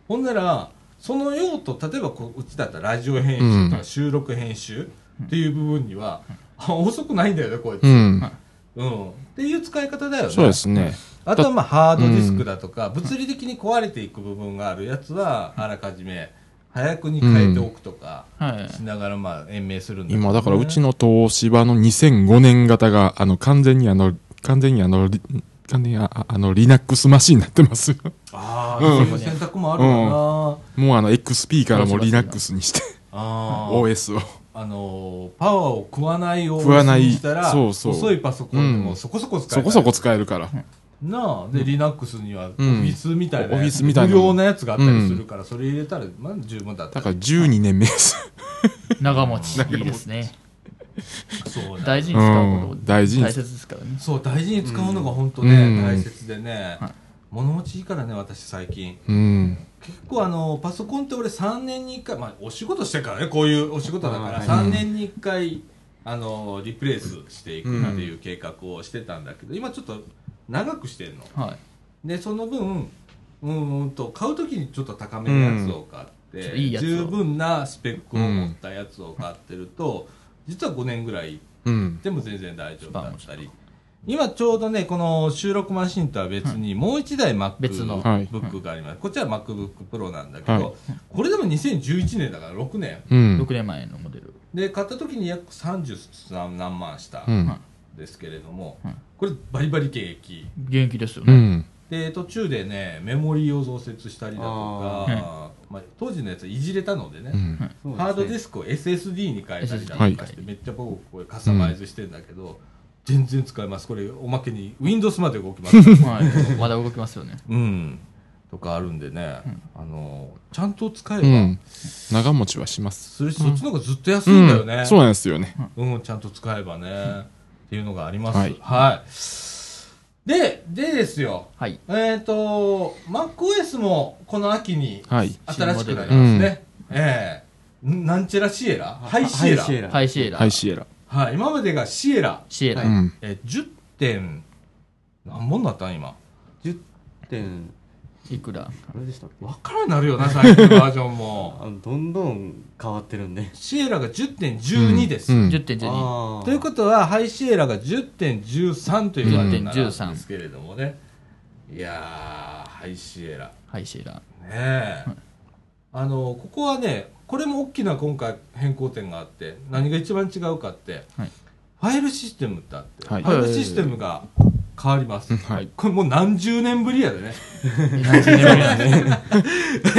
S1: ほんなら、その用途例えばこううちだったらラジオ編集とか収録編集っていう部分には、あ遅くないんだよねこいつ、
S4: う
S1: うん
S4: ん。
S1: っていう使い方だよね
S4: そうですね。
S1: あとはまあハードディスクだとか、物理的に壊れていく部分があるやつは、あらかじめ早くに変えておくとか、
S3: はい。
S1: しながらまあ延命するん
S4: 今、だからうち
S1: の。
S4: の東芝の2005年型が、あの、完全にあの、完全にあの、リ完全にあああの、Linux マシンになってます よ。
S1: ああ、そういう選択もあるかな。
S4: もうあの、XP からも
S3: そうします
S4: Linux にして、
S1: ああ
S4: OS を。
S1: あのーパワーを食わないよう
S4: 食わない
S1: にしたら、
S4: そうそう
S1: 細いパソコンでもそこそこ使え
S4: そ
S1: る、
S4: こそこ使えるから。
S1: なあ、で、Linux にはオフ
S4: うん
S1: ィスみたいなやつ、
S4: オフィスみたいな
S1: 無料のやつがあったりするから、それ入れたら、まあ、十分だった
S4: だ。から12年目です。
S3: 長持ち。いいですね。
S1: そうだ
S3: 大事に使うこと
S4: う。ん大事に
S3: 大切ですからね。
S1: そう、大事に使うのが本当ね、
S4: うん
S1: 大切でね、
S3: はい
S1: 物持ちいいからね、私最近。
S4: うん。
S1: 結構あの、パソコンって俺3年に1回、まあお仕事してからね、こういうお仕事だか
S2: あ
S1: ら、
S2: ー
S4: はい
S1: 3年に1回、あの、リプレイスしていくっていう計画をしてたんだけど、今ちょっと長くしてんの。
S3: はい。
S1: で、その分、うーんと、買うときにちょっと高めのやつを買って、
S3: うんいいやつを
S1: 十分なスペックを持ったやつを買ってると、実は5年ぐらい
S4: うん。
S1: でも全然大丈夫だったり。今ちょうどね、この収録マシンとは別に、もう一台 Mac
S3: 別の
S4: はい
S1: Book があります。こっちは MacBook Pro なんだけ
S4: はい
S1: ど、これでも2011年だから6年。
S4: うん。
S3: 6年前のモデル。
S1: で、買った時に約30何万した
S4: うんん。
S1: ですけれども
S3: うん、
S1: これバリバリ現役。
S3: 現役ですよ
S4: う
S3: ね。
S4: ん。
S1: で、途中でね、メモリーを増設したりだとか
S3: あ、
S1: まあ当時のやついじれたのでね、
S4: うん。
S1: ハードディ
S2: す
S1: スクを SSD に変えたりだ
S4: SSD
S1: とかして、めっちゃ僕これカスタマイズしてんだけど、全然使えます。これおまけに Windows まで動きます。
S3: はい。まだ動きますよね。
S1: うん。とかあるんでね、あの、ちゃんと使え
S4: う
S1: ば
S4: ん。長持ちはします。
S1: するし、そっちの方がずっと安いんだよね。
S4: うんそうなんですよね。
S1: うん、ちゃんと使えばね。っていうのがあります。は
S4: はいい。
S1: で、でですよ。
S3: はい。
S1: えっ、と、MacOS もこの秋に
S4: はい。
S1: 新しくなりますね。ええなんちゃらシエラハイシエラ。
S2: シエラ。
S3: ハ
S2: い。
S3: イシエラ。
S4: はい、シエラ。
S1: はい、今までがシエラ。
S3: シエラ
S4: う。ん。
S1: えー、10点、何本だったん今。
S2: 10点、
S3: いくら
S2: あれでしたっけ
S1: わからんなるよな、最近のバージョンも。
S2: あのどんどん変わってるんで。
S1: シエラが10.12です。
S4: うん
S3: ?10.12。
S2: あー
S1: ということは、ハイシエラが10.13というわけなんですけれどもね。いやー、ハイシエラ。
S3: ハイシエラ。
S1: ねえ。あの、ここはね、これも大きな今回変更点があって、何が一番違うかって、
S3: はい
S1: ファイルシステムってあって、
S4: はい
S1: ファイルシステムが変わります。
S4: はい。
S1: これもう何十年ぶりやでね。
S3: 何十年ぶりなんで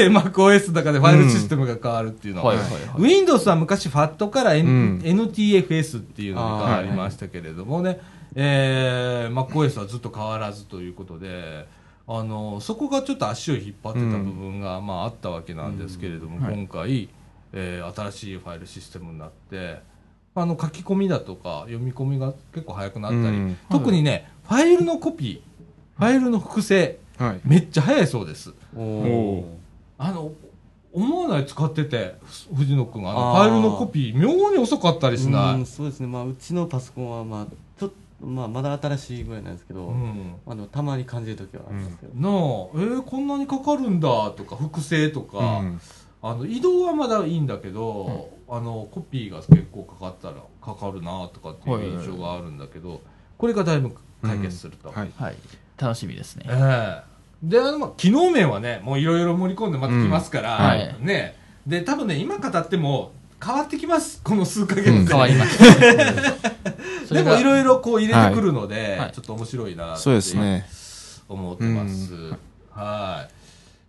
S1: MacOS の中でファイルシステムが変わるっていうのは、
S3: はいはいはい。
S1: Windows は昔 FAT から、N
S4: うん
S1: NTFS っていうのに変わりましたけれどもね、えー、MacOS はずっと変わらずということで、あの、そこがちょっと足を引っ張ってた部分が、まああったわけなんですけれども、
S3: うんはい
S1: 今回、えー新しいファイルシステムになって、あの、書き込みだとか読み込みが結構早くなったり、
S4: うん
S1: 特にね、ファイルのコピー、ファイルの複製、
S4: はい。
S1: めっちゃ早いそうです。
S2: おー
S4: お
S1: あの思わない使っててふ藤野君があの
S2: あー
S1: ファイルのコピー妙に遅かったりしな
S2: う
S1: い
S2: んそうですね、まあ、うちのパソコンは、まあ、ちょっと、まあ、まだ新しいぐらいなんですけど、
S1: うん
S2: まあ、でもたまに感じるときはありますけど、
S1: なあえーこんなにかかるんだとか複製と
S4: う
S1: か、
S4: ん。
S1: あの移動はまだいいんだけど、あのコピーが結構かかったらかかるなとかっていう印象があるんだけど、これがだいぶ解決すると、
S4: はい。
S3: はい。楽しみですね。
S1: ええで、あの、まあ、機能面はね、もういろいろ盛り込んでまた来ますから、
S3: うんはい
S1: ね。で、多分ね、今語っても変わってきます、この数ヶ月で。
S4: うん
S3: 変わりました。そ
S1: で
S3: れ
S1: も
S3: が
S1: いろいろこう入れてくるので、
S3: はい
S1: ちょっと面白いなって
S4: そうですね。
S1: 思ってます。はい。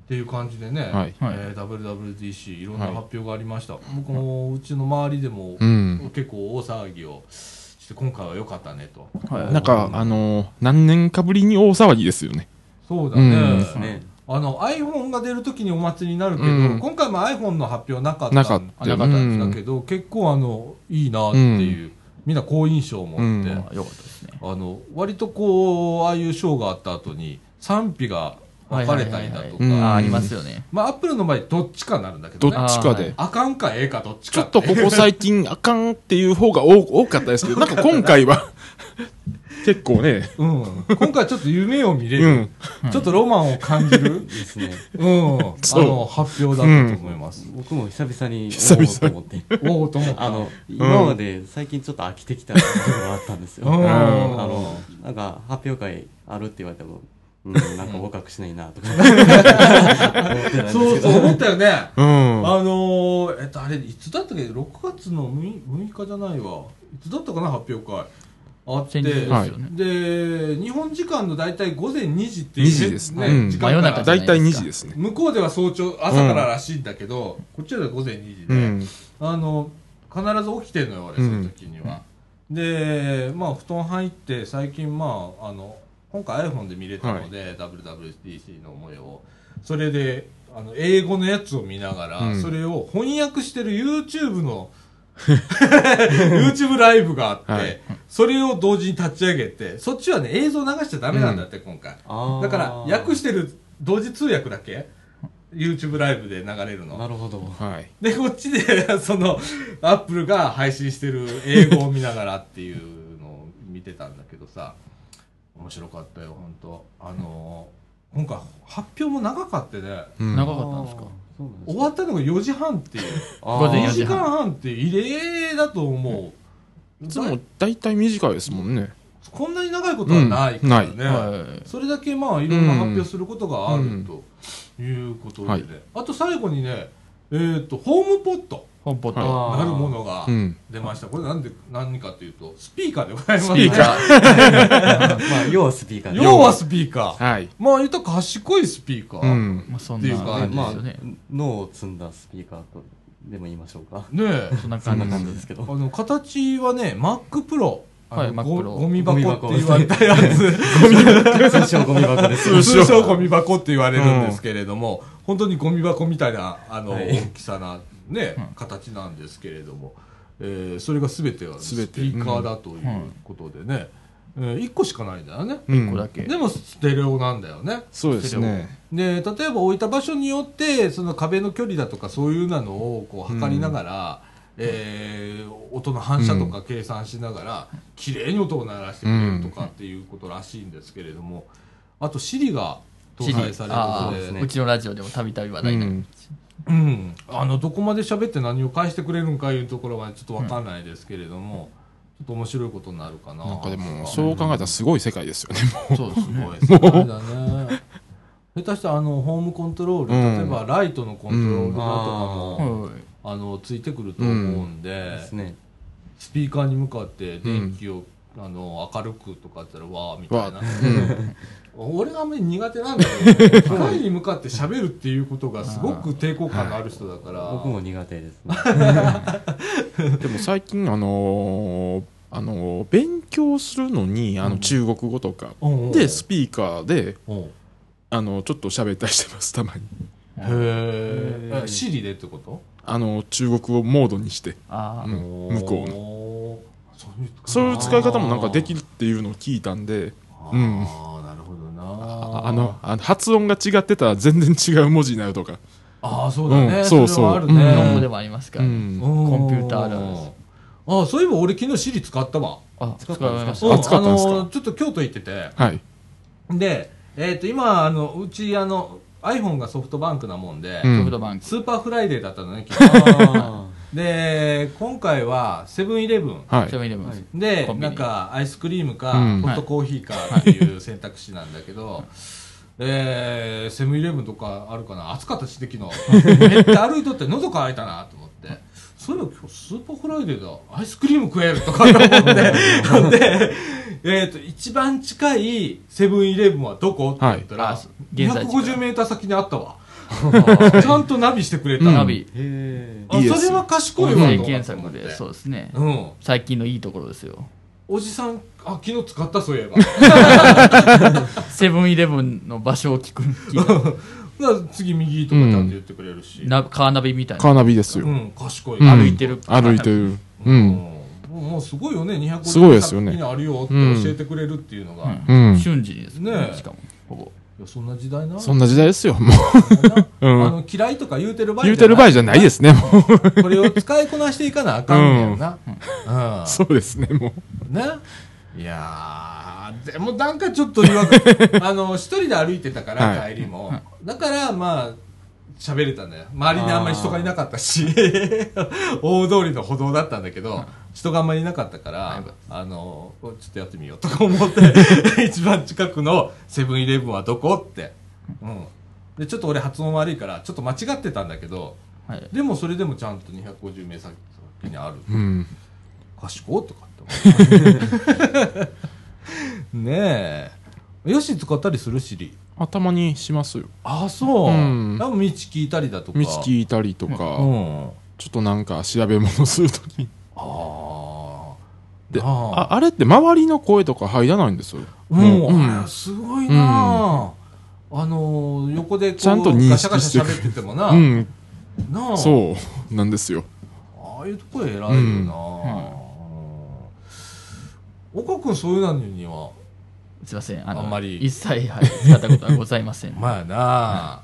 S1: っていう感じでね、
S4: はい
S1: えー WWDC いろんな発表がありました。僕もうちの周りでも、
S4: うん。
S1: 結構大騒ぎをして、今回は良かったねと。
S3: はい
S4: なんか、あのー、何年かぶりに大騒ぎですよね。
S1: そうだね。
S4: うん
S2: ですね。
S1: あの iPhone が出るときにお祭りになるけど、
S4: うん
S1: 今回も iPhone の発表なかった
S4: なかった
S1: なかったんだけど、結構あのいいなっていう、みんな好印象を持って、
S4: う
S3: あ
S4: ん
S3: よかったですね。
S1: あの割とこうああいうショーがあった後に賛否が分かれたりだとか、
S3: はいはいはいはいあ
S4: うん
S3: ありますよね。
S1: まあアップルの場合どっちかなるんだけ
S4: ど
S1: ど
S4: っ
S1: ね
S4: ちか
S3: あー
S4: で。
S1: あかんかええかどっち
S4: ちょ
S1: か
S4: っとここ最近あかんっていう方が多多かったですけ ど、なんか今回は結構ね、
S1: うん、今回ちょっと夢を見れ
S4: う
S1: る、
S4: ん。
S1: ちょっとロマンを感じる、
S2: ですね。
S1: うん、あ
S4: そう
S1: の、発表だったと思います。
S2: 僕も久々に
S4: 久々
S2: 思おうと思って。
S1: おおと思った。
S2: あの、今まで最近ちょっと飽きてきたところがあったんですよ。
S1: うん
S2: あの、なんか発表会あるって言われても、うん、なんか若くしないなとか。思ってないん
S1: そう
S2: ですけ
S1: そう
S2: ど。
S1: 思ったよね。
S4: うん。
S1: あのー、えっと、あれ、いつだったっけ ?6 月の 6, 日じゃないわ。いつだったかな、発表会。あって、
S3: 先日ですよね
S1: で、日本時間の大体午前2時っていう、
S4: 2時ですねうん
S1: 時間か
S3: 真夜
S1: ら
S3: 中じゃ
S4: 大体2時ですね。
S1: 向こうでは早朝、朝かららしいんだけど、こっちでは午前2時で、
S4: うん。
S1: あの、必ず起きてるのよ、俺、その時には。で、まあ、布団入って、最近、まあ、あの、今回 iPhone で見れたので、WWDC の模様を。それで、あの、英語のやつを見ながら、
S4: うん
S1: それを翻訳してる YouTube の、YouTube ライブがあって、
S4: はい
S1: それを同時に立ち上げて、そっちはね、映像流しちゃダメなんだって、今回。
S2: あー
S1: だから、訳してる、同時通訳だけ ?YouTube ライブで流れるの。
S2: なるほど。
S4: はい。
S1: で、こっちで、 その、アップルが配信してる英語を見ながらっていうのを見てたんだけどさ、面白かったよ、本当あのー、今回発表も長かってね、
S4: うん
S3: 長かったんですか
S2: そうなんです
S1: 終わったのが4時半っていう、
S2: あ
S3: 午前
S1: 2
S3: 四
S1: 時
S3: 時
S1: 間
S3: 半
S1: 半って異例だと思う。
S4: いつも大体短いですもんね。
S1: こんなに長いことはないからね。
S4: うん
S3: はい
S1: それだけまあいろんな発表することがあるということでね、
S4: はい
S1: あと最後にね、えっ、と、ホームポット
S3: 本ポッ
S4: は
S3: ト。
S1: なるものが、
S4: うん。
S1: 出ました。これなんで、何かというと、スピーカーでございます、
S3: スピーカー。
S2: あまあ、要はスピーカー で
S1: 要はスピーカー。
S4: はい。
S1: まあ言うと賢いスピーカ
S4: う
S1: ー。
S4: ん。
S3: まあそんな
S1: は
S3: 感じで
S2: まあ
S3: すよね。、
S2: 脳を積んだスピーカーとでも言いましょうか。
S1: ねえ。
S3: そんな
S2: そん
S3: 感
S2: な
S3: じ
S2: 感じ
S3: ですよね
S2: ですけ
S1: あ
S2: ど。
S1: の、形はね、Mac Pro。あ
S3: はい
S1: の
S3: Mac
S1: ゴ
S3: Pro
S1: ゴミ箱って言われたやつ。
S2: 通称ゴミ 箱です。
S4: 通称
S1: 通称ゴミ箱って言われるんですけれども、本当にゴミ箱みたいな、あの、
S2: はい
S1: 大きさな、ね、形なんですけれども、えーそれが全てがス
S4: 全て
S1: ピーカーだということでね、え1個しかないんだよね。
S4: うん
S3: ここだけ。
S1: でも、ステレオなんだよね。
S4: そうですね。
S1: で例えば置いた場所によってその壁の距離だとかそういうなのをこう測りながら、えー音の反射とか計算しながら、綺麗に音を鳴らしてくれるとかっていうことらしいんですけれどもあと Siri が搭載され
S3: あ
S1: る
S2: そうです
S1: ので
S2: ね
S3: あ、うちのラジオでもたびたび話題になりまし
S1: うん、あのどこまで喋って何を返してくれるんかいうところはちょっとわかんないですけれども、ちょっと面白いことになるかな。
S4: なんかでも、
S1: う
S4: そう考えたらすごい世界ですよね。
S3: たそうです ね。
S1: すごい世界だね。下手したらあのホームコントロール、
S4: うん
S1: 例えばライトのコントロールだとかも、
S3: はい
S1: あのついてくると思うんで、
S2: ですね。
S1: スピーカーに向かって電気を、あの明るくとかやったらわーみたいな
S4: わー
S1: 俺があんまり苦手なんだけ ど光に向かって喋るっていうことがすごく抵抗感のある人だから
S2: 僕も苦手ですね。
S4: でも最近、あのー、あのー、勉強するのに、あの、中国語とか、
S1: うんうん
S4: で、スピーカーで、
S1: うんへ
S4: あの、ちょっと喋ったりしてます、たまに。
S1: えシリでってこと、
S4: あの、中国語モードにして、
S3: あ
S4: う
S3: あ、
S4: ん向こうの。
S1: のそういう
S4: そういう使い方もなんかできるっていうのを聞いたんで、
S1: あ
S4: う
S1: ー
S4: ん
S1: あーなるほどな
S4: ああの、あの発音が違ってたら全然違う文字になるとか。
S1: ああそうだね、
S4: うん
S1: そ
S4: そうう
S1: そうあるね、
S4: そううん
S3: 日本語でもありますから。
S4: うん。
S1: コ
S3: コンピューターあるあるです
S1: ああそういえば俺昨日シリ使ったわ
S3: あ、使
S2: 使
S3: い
S2: ったんです
S1: う
S2: か
S3: まし
S1: ん
S3: た。
S4: あ使ったんですか
S1: あのちょっと京都行ってて
S4: はい。
S1: で、えっと今あのうちあの iPhone がソフトバンクなもんで、
S4: うん
S3: ソフトバンク。
S1: スーパーフライデーだったのね昨日
S2: あ
S1: で今回はセブンイレブン
S4: はい
S3: セ。ブンイレブンです。
S1: で
S3: コンビニ
S1: なんかアイスクリームか、
S4: うん
S1: ホットコーヒーかっていう選択肢なんだけど、えーセブンイレブンとかあるかな暑かったしで昨日めっちゃ歩いとって喉乾いたなと思ってそういえば今日スーパーフライデーだアイスクリーム食えるとかと思ってで、えー、と一番近いセブンイレブンはどこって言ったら、
S3: はいあ現在地から
S1: 250m 先にあったわちゃんとナビしてくれた、
S4: うん
S3: ナビ。
S2: ー へえ。
S1: あそれは賢いわ
S3: 音
S1: と思って
S3: 声検索で、そうですね。
S1: うん
S3: 最近のいいところですよ。
S1: おじさんあ昨日使ったそういえば
S3: セブンイレブンの場所を聞く、聞いた
S1: だから次右とかちゃんと言ってくれるし、
S3: なカーナビみたいな。
S4: カーナビです
S1: う
S4: よ。
S1: ん、賢い、
S4: うん
S3: 歩いてる
S4: 歩いてる。う
S1: うん
S4: ん。
S1: もうすごいよね250
S4: すごいですよね
S1: 先にあるよって教えてくれるっていうのが、
S3: う
S1: い
S4: うん
S3: ん瞬時にです
S1: ね
S3: ね。
S1: え
S3: しかも、ほぼ。
S1: やそんな時代な
S4: そんな時代ですよ、もう。う
S1: あ
S4: ん。
S1: の嫌いとか言うてる場合
S4: 言うてる場合じゃないですすね、もう。
S1: これを使いこなしていかなあかんねんな、うん
S4: そうですね、も
S1: ねいやーでもなんかちょっと違和感あの一人で歩いてたから、
S4: はい
S1: 帰りも、だからまあ喋れたんだよ周りにあんまり人がいなかったし 大通りの歩道だったんだけど人があんまりいなかったから、あのちょっとやってみようとか思って一番近くのセブンイレブンはどこって、うん、でちょっと俺発音悪いからちょっと間違ってたんだけど
S3: はい
S1: でもそれでもちゃんと250名先にある、
S4: うん。
S1: 賢いとかって 思うねえよし使ったりするしり
S4: あたまにしますよ。
S1: ああそう、
S4: うん
S1: 多分道聞いたりだとか
S4: 道聞いたりと
S1: う
S4: か、
S1: んあ
S4: ちょっとなんか調べ物するときに。
S1: あ
S4: で
S1: あ
S4: ああれって周りの声とか入らないんですよ。
S1: もう、
S4: うん
S1: あれすごいなあ、あのー横でこう
S4: ちゃんと認識
S1: ガシャガシャ喋っててもな、
S4: うん、
S1: なあ
S4: そうなんですよ。
S1: ああいうとこ偉いよな、うん岡君そういうのには
S3: すいませんあの
S1: あんまり
S3: 一切、はい、使ったことはございません
S1: まあなあ、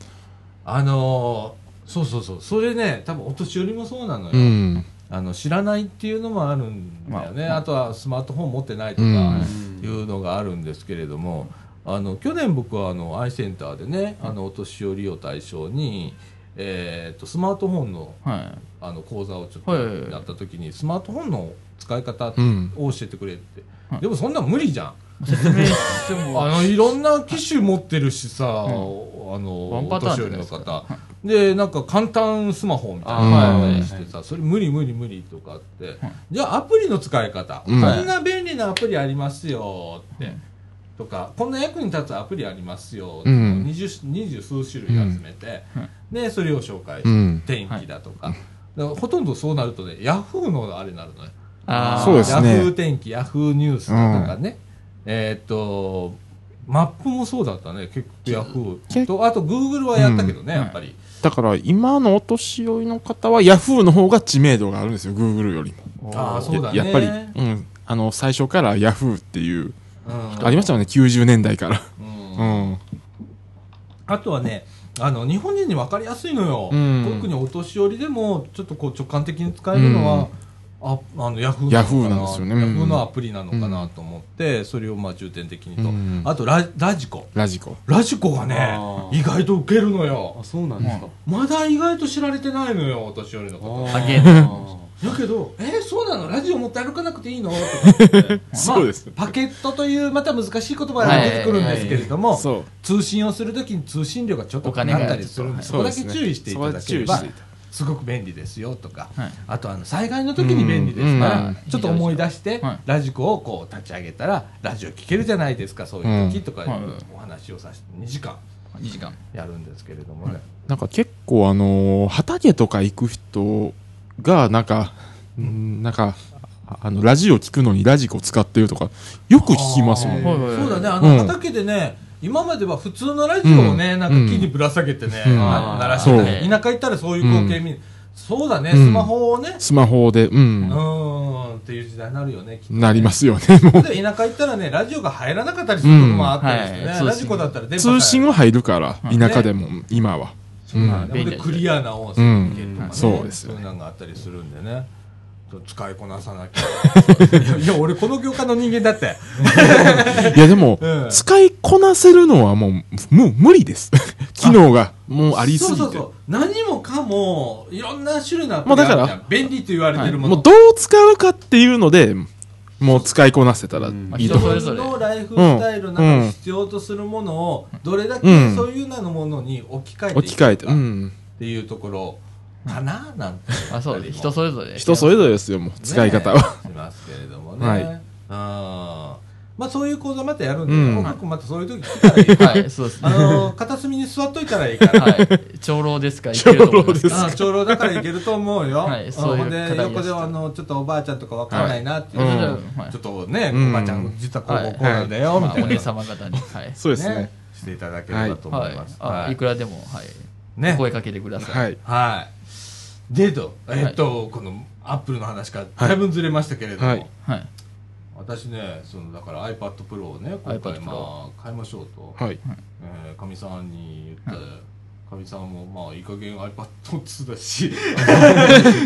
S1: あのーそうそうそうそれね多分お年寄りもそうなのよ、
S4: うん。
S1: あの知らないっていうのもあるんだよね、
S3: まあ
S1: あ、とはスマートフォン持ってないとか
S4: うん
S1: いうのがあるんですけれども、あの去年僕はあのアイセンターでねあのお年寄りを対象に、えー、とスマートフォンの
S3: は
S1: あの講座をちょっ
S3: はいはいはい
S1: とやった時にスマートフォンの使い方を
S4: う
S1: 教
S4: ん。
S1: えてくれって、
S3: はい
S1: でもそんなん無理じゃん。
S3: い説明しても
S1: あのいろんな機種持ってるしさ、あの
S3: ワン
S1: お
S3: パター
S1: 年
S3: ンじ
S1: 寄
S3: ゃ
S1: り
S3: な
S1: の
S3: いですか
S1: 方でなんか簡単スマホみたいなの
S4: あー
S1: があったりし
S2: はい
S1: て
S2: はい
S1: さ、それ無理無理無理とかって、じゃあアプリの使い方、
S4: うん
S1: こんな便利なアプリありますよって、
S3: うん
S1: とかこんな役に立つアプリありますよって、
S4: うん
S1: 二十二十数種類集めて、
S3: うん
S1: でそれを紹介して、
S4: うん。
S1: 天気だとか,、だからほとんどそうなるとねヤフーのあれになるのね。
S3: あー
S4: そうですね
S1: ヤフー天気、ヤフーニュースとかね、えーっと、マップもそうだったね、結構ヤフー
S4: 結
S1: と、あとグーグルはやったけどね、
S3: うん
S1: やっぱり。
S4: だから今のお年寄りの方はヤフーの方が知名度があるんですよ、グーグルよりも。
S1: ああ、そうだね。
S4: ややっぱり、うん、あの最初からヤフーってい
S1: う
S4: う、
S1: ん
S4: ありましたよね、90年代から。
S1: うん
S4: うん。
S1: あとはね、あの日本人に分かりやすいのよ、
S4: うん
S1: 特にお年寄りでも、ちょっとこう直感的に使えるのは、ああのヤフーの
S4: Yahoo なんですよねうん
S1: ヤフーのアプリなのかなと思って、それをまあ重点的にと、
S4: うん
S1: あとララジコ、
S4: ラジコ。
S1: ラジコがね
S2: あ、ー
S1: 意外と受けるのよ。
S2: あそうなんですか
S1: まだ意外と知られてないのよ、お年寄りのこ
S2: あー
S3: あゲーム
S1: と。だけど、えーそうなのラジオ持って歩かなくていいのとかって
S4: そうです
S1: まあパケットという、また難しい言葉が出てくるんですけれども、
S4: そう。
S1: 通信をするときに通信料がちょっと
S3: お
S1: か
S3: 金が
S1: かったりするんで、そ
S4: そ
S1: こ
S4: う
S1: だ
S4: です
S1: け
S4: ね
S1: 注意していただければ
S4: そこだけ注意していただい、
S1: すごく便利ですよとか、
S3: はい
S1: あとあの災害の時に便利ですか
S3: うん
S1: ら、ちょっと思い出して、
S3: はい
S1: ラジコをこう立ち上げたら、ラジオ聞けるじゃないですか、そういう時とかいう
S3: はい
S1: お話をさせて、2時間
S3: 2時間
S1: やるんですけれどもね。
S4: なんか結構あのー畑とか行く人がなんか、うんなんか、ああの、ラジオ聞くのにラジコ使ってるとか、よく聞きますもん。
S3: はい
S1: そうだね、あ
S4: う
S1: の
S4: ん
S1: 畑でね、今までは普通のラジオをね、
S4: うん
S1: なんか木にぶら下げてね、
S4: うん
S1: あ鳴らしてた
S3: そ
S1: り
S3: う
S1: 田舎行ったらそういう光景見る。そうだね、
S4: うん
S1: スマホをね、
S4: スマホで、う、
S1: うんーん、っていう時代になるよね、きっとね
S4: なりますよね、もう。
S1: で田舎行ったらね、ラジオが入らなかったりすることもあったりしてね、
S3: うんはい
S1: ラジコだったら電波
S4: 通信
S1: を
S4: は入るから、田舎でも、今は。
S1: そうなんだ
S3: うん
S1: でクリアな音声を聞けるとかね、
S4: うんそうですよね
S1: そういうのがあったりするんでね。ちょっと使いこなさなきゃ いやいや俺この業界の人間だって
S4: いやでも、
S1: うん
S4: 使いこなせるのはもう、もう無理です。 機能がもうありすぎて。
S1: そうそうそう何もかもいろんな種類のアプ
S4: もう
S1: リ
S4: だから
S1: があるじゃん便利と言われ
S4: は
S1: て
S4: い
S1: るもの、
S4: もうどう使うかっていうので、もう使いこなせたら
S2: うん
S4: いいと
S1: 人
S4: 思。
S1: そうれぞれのライフスタイルの中で必要とするものをどれだけそういうようなものに置き換えてい
S4: 置き換えて。
S1: くか
S4: う
S1: っ
S4: ん。
S1: ていうところかななんて
S3: あそうです人それぞれ
S4: 人それぞれですよ、もう使い方は。
S1: ねしますけれどもね、
S4: はい
S1: うんまあそういう講座またやるんで、
S4: うん
S1: もう僕またそういう時来たらいい
S3: はいそうです
S1: あ
S3: ね
S1: の片隅に座っといたらいいから、
S3: はい長老ですかいけると思います
S4: 長老です
S1: ああ長老だからいけると思うよ。
S3: はいそういう
S1: うん
S3: 方いらっしゃ
S1: で
S3: る
S1: 横であのちょっとおばあちゃんとかわかんないなっていう、
S4: はい
S3: うんはい
S1: ちょっとね、
S4: うん
S1: おばあちゃん実はこう
S3: は
S1: こう
S3: い
S1: こうなんだよみ
S3: まあ
S1: たいな、
S3: お姉様方にはい
S4: そうですね。
S1: していただければと思
S3: はいい
S1: ます。
S3: あいくらでもはい
S1: ね
S3: お声かけてくださ
S4: はいい。
S1: はい。でとえっと、このアップルの話からだいぶずれましたけれども。
S4: はい
S3: はい
S1: 私ねそのだから iPad Pro をね今
S3: iPad
S1: 回
S3: Pro
S1: まあ買いましょうとかみ、
S4: はい。
S1: えーかみさんに言って、かみさんも、まあ、いい加減 iPad2 だ し、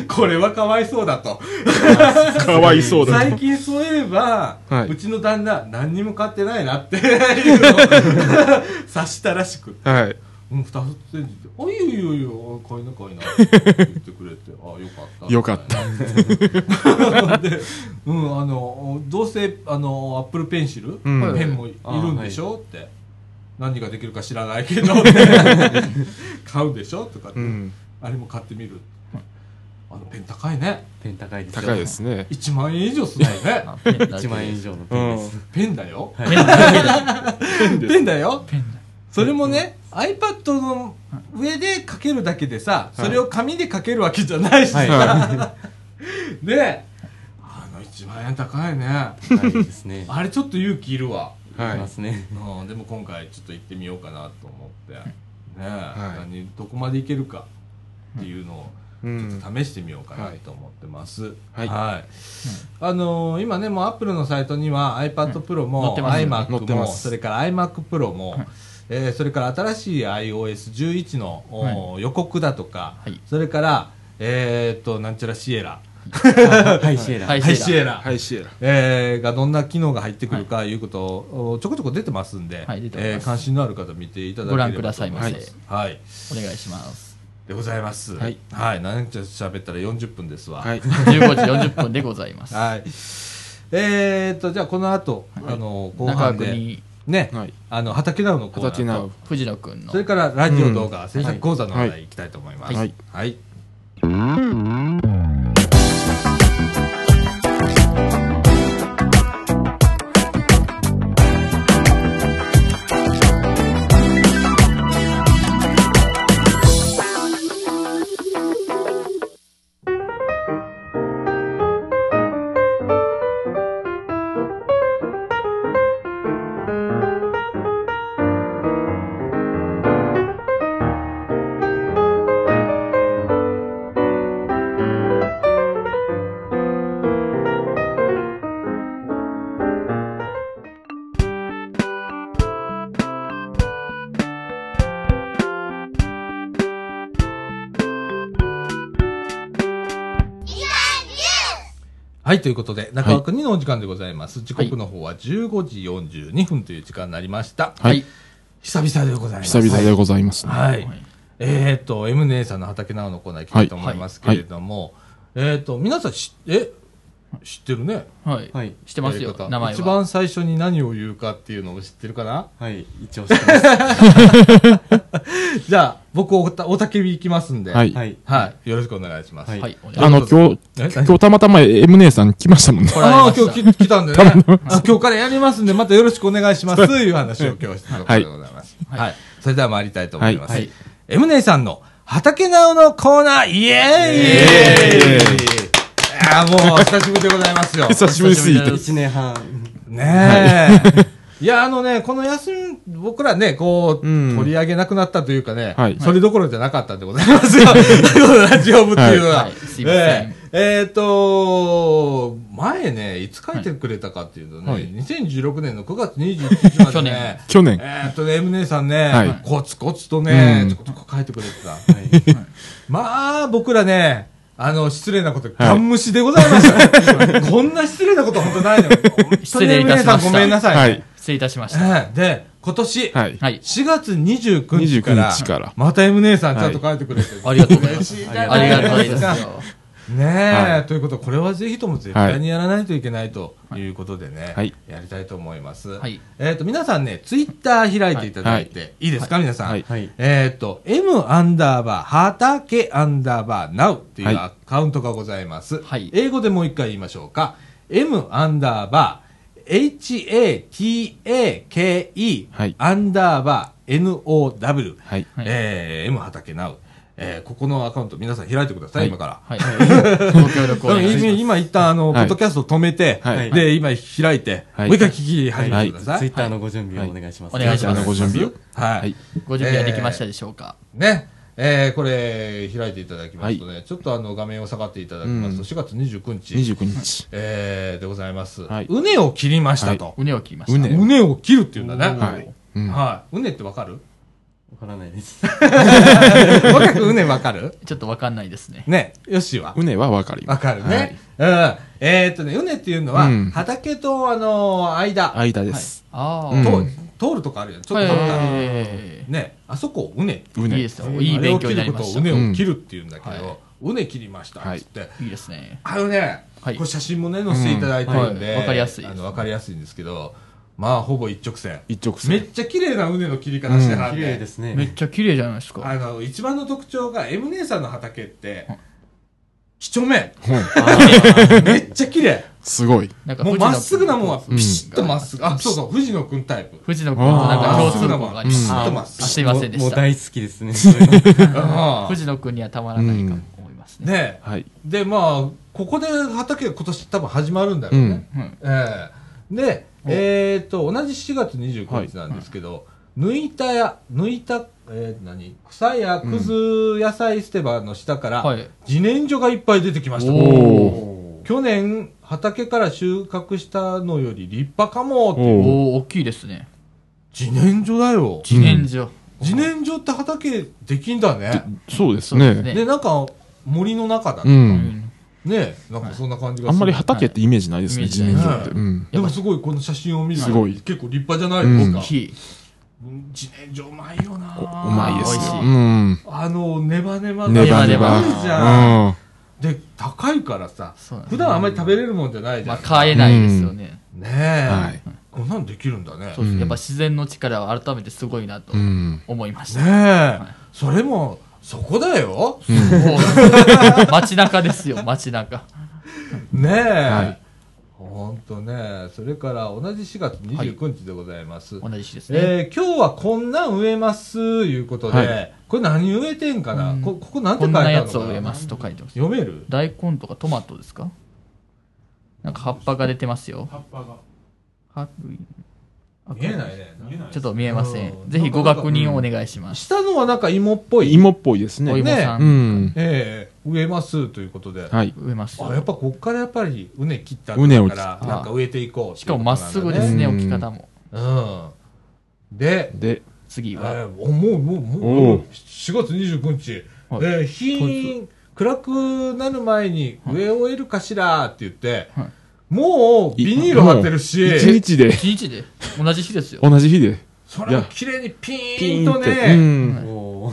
S1: これはかわいそうだと。
S4: かわいそうだ
S1: 最
S4: と。
S1: 近そういえば、
S4: はいう
S1: ちの旦那、何にも買ってないなっていう のを察したらしくて。
S4: はい。
S1: うん、二つ手にあ、いいよいいよいいよ、あ買いな買いな、って言ってくれて、あ、よかった。
S4: よかった
S1: た。で、うん、あの、どうせ、あの、アップルペンシル、
S4: うん
S1: ペンもい
S2: あ
S1: るんでしょ、って。何ができるか知らないけど、って買うでしょとかって、
S4: うん。
S1: あれも買ってみる。あの、ペン高いね。
S2: ペン高いですよ
S4: 高いですね。
S1: 1万円以上するよね。
S2: 1万円以上の
S4: う
S2: ペン
S4: ん
S2: です。。
S1: ペンだよ。
S2: は
S3: ペン
S2: い。
S3: だけだ
S1: ペンだよ。
S3: ペンだ
S1: それもね、iPad の上で書けるだけでさ、それを紙で書けるわけじゃないしさ、
S4: は
S1: で、あの1万円高いね。
S2: 高いですね。
S1: あれちょっと勇気いるわ。
S4: はい
S2: いますね。
S1: うん、でも今回ちょっと行ってみようかなと思って、ねえ、
S4: はい
S1: 何どこまで行けるかっていうのを
S4: う
S1: ちょっ
S4: ん。
S1: と試してみようかなと思ってます。
S4: はい
S1: あのー今ね、もう Apple のサイトには iPad Pro
S3: 載っ
S1: も、
S3: てます
S4: 載っ
S1: iMac
S4: てま
S1: も、
S4: す
S1: それから iMac Pro も、えーそれから新しい iOS11 の、お予告だとか、
S3: はい
S1: それから、えー、と、なんちゃらシエラ、
S2: はい、シエラ。
S3: は
S1: はいい、
S3: シ
S1: シ
S3: エ
S1: エ
S3: ラ
S1: ラ、
S4: はい、シエラ。
S1: えーがどんな機能が入ってくるかいうことをおちょこちょこ出てますんで、
S3: はい出てます
S1: えー関心のある方見ていただけ
S3: ご
S1: れば
S3: 覧くださいませ
S1: と思ますはい。
S3: お願いし ます
S1: でございます。
S4: は
S1: はいい。はい。何ちゃ喋ったら40分ですわ。
S4: はい。
S3: 15時40分でございます
S1: はい。えー、っと、じゃあこの後、あの、後
S3: 中
S1: 半
S3: 川
S1: で、
S3: に
S1: ね、
S4: はい。
S1: あの、畑直のコーナ
S4: 畑
S1: ー
S4: ナ
S1: と、
S4: ウ。
S3: 藤野くんの
S1: それからラジオ動画、制作講座の話題いきたいと思います。
S4: はい
S1: はい。はい、ということで、中川くんにのお時間でございます。時刻の方は15時42分という時間になりました。
S3: はい
S1: 久々でございます。
S4: 久々でございますね。
S1: はい。えっ、と、M 姉さんの畑直のコーナー行きたいと思いますけれども、えっ、と、皆さん知、え、知ってるね。
S3: はい、
S2: はい
S3: 知ってます
S1: や
S3: よ
S1: り方
S3: 名前は
S1: 一番最初に何を言うかっていうのを知ってるかな
S2: はい、一応してます。
S1: じゃあ、僕、おた、おたけび行きますんで。
S4: はい。
S2: はい。
S1: はい。よろしくお願いします。
S2: はい
S3: はいお願いします
S4: あの、今日、
S1: え
S4: 今日たまたま M 姉さん来ましたもんね。
S3: 来られ
S1: あ
S3: ま
S1: あ、
S3: した
S1: 今日き来たんでね。あ今日からやりますんで、またよろしくお願いします。いう話を今日してるところでございます。
S3: は
S1: はいい。それでは参りたいと思います。
S3: は
S1: はいい。エムネイさんの畑直のコーナー、イエーイ
S4: エーイ
S1: いやーもう、久しぶりでございます よ。
S4: 久しぶりすぎて。
S2: 一年半。
S1: ねえ。いや、あのね、この休み、僕らね、こう、
S4: うん
S1: 取り上げなくなったというかね、
S4: はい
S1: それどころじゃなかったんでございますよ。このラジオ部っていうのは。
S3: はいはいすいません
S1: えええーと、前ね、いつ書いてくれたかっていうとね、
S4: はい、
S1: 2016年の9月21日までね
S4: 去年。
S1: えーっとね、M 姉さんね、
S4: はい
S1: コツコツとね、
S4: うん
S1: ちょこちょこ書いてくれてた。
S2: はい。
S1: まあ、僕らね、あの、失礼なこと、ガン無視でございました。こんな失礼なこと本当ないのよ。
S3: 失礼いたしまし
S1: 本当に皆さ
S3: た
S1: んごめんなさい。
S4: はい。
S3: 失礼いたしました
S1: ええで、今年、
S4: はい。
S3: はい
S1: 4月29日から、
S4: 29日から
S1: また M 姉さんちゃんと書いてくれて、
S3: ありがとうございます
S1: 嬉しいじゃ
S3: あ
S1: な
S3: りがた
S1: い
S3: いです
S1: か
S3: よ
S1: ねえ、
S4: はい
S1: ということでこれはぜひとも絶対にやらないといけないということでね、
S4: はい
S1: やりたいと思います。
S3: はい
S1: えっ、と、皆さんね、ツイッター開いていただいて、い、いですか、皆さん。
S4: はい
S2: はい。
S1: えっ、と、M アンダーバー、畑アンダーバー、now ってい
S4: はいう
S1: アカウントがございます。
S3: はい
S1: 英語でもう一回言いましょうか。M アンダーバー、HATAKE、
S4: はい
S1: アンダーバー、NOW、
S4: はい。
S3: はい
S1: えー M 畑 now。えーここのアカウント皆さん開いてください、
S4: はい
S1: 今から。
S3: はいご協力をお願い
S1: 今
S3: し
S1: 今一旦あの、
S4: はい
S1: ポッドキャスト止めて、
S4: はい
S1: で、今開いて、
S4: はい
S1: もう一回聞き始めてください。
S2: ツイッターのご準備をお願いします。
S3: はいお願いします
S4: のご準備を。
S1: はい。
S4: はい。
S3: ますご準備はできましたでしょうか
S1: ね、えーこれ開いていただきますとね、ちょっとあの画面を下がっていただきますと、4月29日、
S4: 29日。
S1: えーでございます。
S4: はいう
S1: ねを切りましたと。
S3: 畝を切りました
S4: 畝
S1: うねを切るっていうんだね。
S4: はい。うん。
S1: はいうねってわかる
S2: わからないです。
S1: 若くうねわかる
S3: ちょっとわかんないですね。
S1: ね、よしは。
S4: うねはわかるよ
S1: わかるね。うん。えーっとね、うねっていうのは、
S4: うん
S1: 畑と、あのー間、
S4: 間です、
S3: ああ、
S4: うん
S1: と通るとこあるじゃん。ちょっとなんか、
S3: はい
S1: ね、あそこをうねって
S4: う
S3: いい
S4: ね
S3: ですよ。いい勉強になりました。
S1: あれ
S3: い
S1: を切ることをうねを切るっていうんだけ
S3: うんはい
S1: ど、うね切りましたっつって。
S3: いですね。
S1: あのね、
S3: はい
S1: これ写真もね、載せていただいてるん
S3: うん
S1: で、
S3: はいわかりやすいで
S1: あ
S3: す
S1: のわかりやすいんですけど、まあ、ほぼ一直線。
S4: 一直
S1: めっ
S4: 線
S1: ちゃ綺麗なうねの切り方してはる
S2: 綺麗です
S3: め
S2: ね。
S3: っちゃ綺麗じゃないですか。
S1: あの、一番の特徴が、M 姉さんの畑って、几帳面。
S4: うん
S1: めっちゃ綺麗。
S4: すごい
S3: なんか
S1: もう
S3: 藤
S1: ま
S3: 野
S1: っすぐなもんは
S4: うん
S1: ピシッとまっすぐ。あ、そうそう、藤野くんタイプ。
S3: 藤野君となんか共通項がありまし
S1: あーちょ
S3: た。
S1: っと待って
S3: あすいませんで
S2: もう
S3: した。
S2: 大好きですね。そういうの
S1: あ
S3: 藤野君にはたまらないかも思います
S1: あ
S3: ね。
S1: ね
S4: はい
S1: え。で、まあ、ここで畑が今年多分始まるんだろうね。
S3: うん
S1: ええで、えっと、同じ4月29日なんですけど、抜いたや、抜いた、えー何草やくず野菜捨て場の下から、
S3: はい。
S1: 自然薯がいっぱい出てきました。
S4: お
S1: 去年、畑から収穫したのより立派かもって。
S3: お
S4: お
S3: お、大きいですね。
S1: 自然薯だよ。
S3: 自然薯。
S1: 自然薯って畑できんだね。
S4: そうです
S3: そうですね。
S4: ね
S1: で、なんか、森の中だ
S4: う
S1: ね。
S3: うんん
S1: ねなんかそんな感じが
S4: あ
S1: する。
S4: んまり畑ってイメージないですね、
S3: はい
S4: 自然薯って。うん。
S1: でもすごいこの写真を見ると
S4: すごい
S1: 結構立派じゃないです
S4: う
S1: か
S3: 大。きい。
S1: うん自然薯うまいよな
S4: うまいです
S3: 美味
S4: よ
S3: し。い
S4: うん。
S1: あの、ネバネバが
S4: ネバ
S3: ネバ
S1: いいじゃん。
S4: うん。
S1: で、高いからさ
S3: そうなん、です
S1: 普段あんまり食べれるもんじゃないじ
S3: ま
S1: ゃ
S3: あ、
S1: ん。
S3: 買えないですよね。
S1: ね
S4: は
S1: え
S4: い。。
S1: こんなんできるんだね
S3: そう。です
S4: うん
S3: やっぱ自然の力は改めてすごいなと
S4: うん。
S3: 思いました。
S1: ね
S3: は
S1: え
S3: い。
S1: それも、そこだよ。
S3: もう街中ですよ、街中。
S1: ねえ、
S4: い
S1: ほんとね、それから同じ4月29日でございます。
S3: 同じ日ですね。
S1: えー今日はこんなん植えます、いうことで、
S4: は
S1: これ何植えてんかな、
S3: うん
S1: こここなんて書
S3: こん
S1: いて
S3: な
S1: あ
S3: や
S1: るの
S3: つ
S1: か
S3: を
S1: な
S3: 植えますと書いてます。
S1: 読める
S3: 大根とかトマトですかなんか葉っぱが出てますよ。葉っぱが。
S1: 見えないね。
S3: ちょっと見えませ。
S1: うんん
S3: ぜひご確認をお願いします。
S1: 下のはなんか芋っぽい。
S4: 芋っぽいです
S3: お
S4: ね。
S3: 芋さ、
S4: うんん。
S1: ええ植えますということで。
S4: はい。
S3: 植えます。
S1: あやっぱこっからやっぱりうね切った
S4: うね
S1: 後
S4: を
S1: だからなんか植えていこう
S3: しかもまっすぐですね、
S4: うん
S3: 置き方も。
S1: うんで、
S4: で、
S3: 次
S1: え
S3: は。
S1: ー、おもうもうもう
S4: おう
S1: 4月29日、
S3: はい
S1: えー、日暗くなる前に植え終えるかしらって言って、
S3: はい
S1: もうビニール貼ってるし
S4: 一日で、
S3: 一日で同じ日ですよ。
S4: 同じ日で、
S1: それも綺麗にピーンとね
S4: うん。
S2: も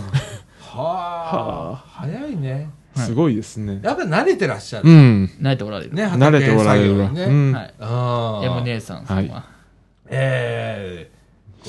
S1: はあ早いね
S3: はい
S4: すごいですね。
S1: やっぱり慣れてらっしゃ
S4: う
S1: る、
S4: ん。
S3: 慣れておられる。
S1: ね
S4: 慣れておられるわ。
S1: 畑作業にね、
S4: うん。
S3: はい。
S1: ああ
S3: M 姉さんさんは。
S1: ええ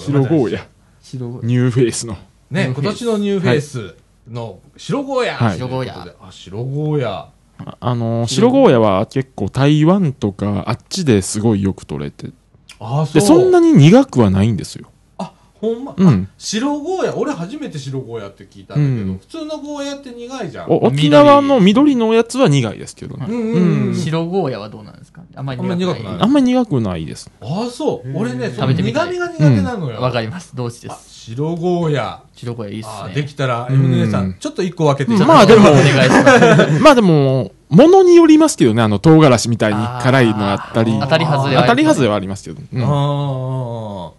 S4: 白ゴーヤ、
S3: 白ゴ
S4: ニューフェイスの。
S1: ね、
S3: ニュ
S1: 今
S3: ーフェイス
S1: 年のニューフェイスの白ゴーヤ、
S4: はい
S3: 白ゴーヤ
S1: ということであ、白ゴーヤ。
S4: ああのー、白ゴーヤは結構台湾とかあっちですごいよく取れて。
S1: ああ、そ
S4: で、
S1: う。
S4: そんなに苦くはないんですよ。
S1: あ、ほんま。
S4: うん。
S1: 白ゴーヤ、俺初めて白ゴーヤって聞いたんだけど、
S4: うん
S1: 普通のゴーヤって苦いじゃん。
S4: お沖縄の緑のやつは苦いですけどね。
S1: うんうんうん。
S3: 白ゴーヤはどうなんですかあんまり苦く
S1: あんまり苦く
S3: な
S1: な
S4: あんまり苦くないです。
S1: ああ、そう。俺ね、その
S3: 食
S1: 苦味
S3: べてみた
S1: が
S3: い
S1: 苦手なの
S3: い。
S1: よ。
S3: わかります。同時で
S1: あ
S3: す。
S1: 白ゴーヤ。
S3: 白ゴーヤいいっ
S1: あ
S3: す
S1: ー
S3: ね。
S1: できたら、
S4: うん
S1: M 姉さん、ちょっと一個分けて。
S4: まあでも
S3: お願いし ます。
S4: まあでも、ものによりますけどね、あの、唐辛子みたいに辛いのあったり。
S3: あー当たり外れはありますね
S4: 当たり外れはありますけど。うん
S1: あ
S4: は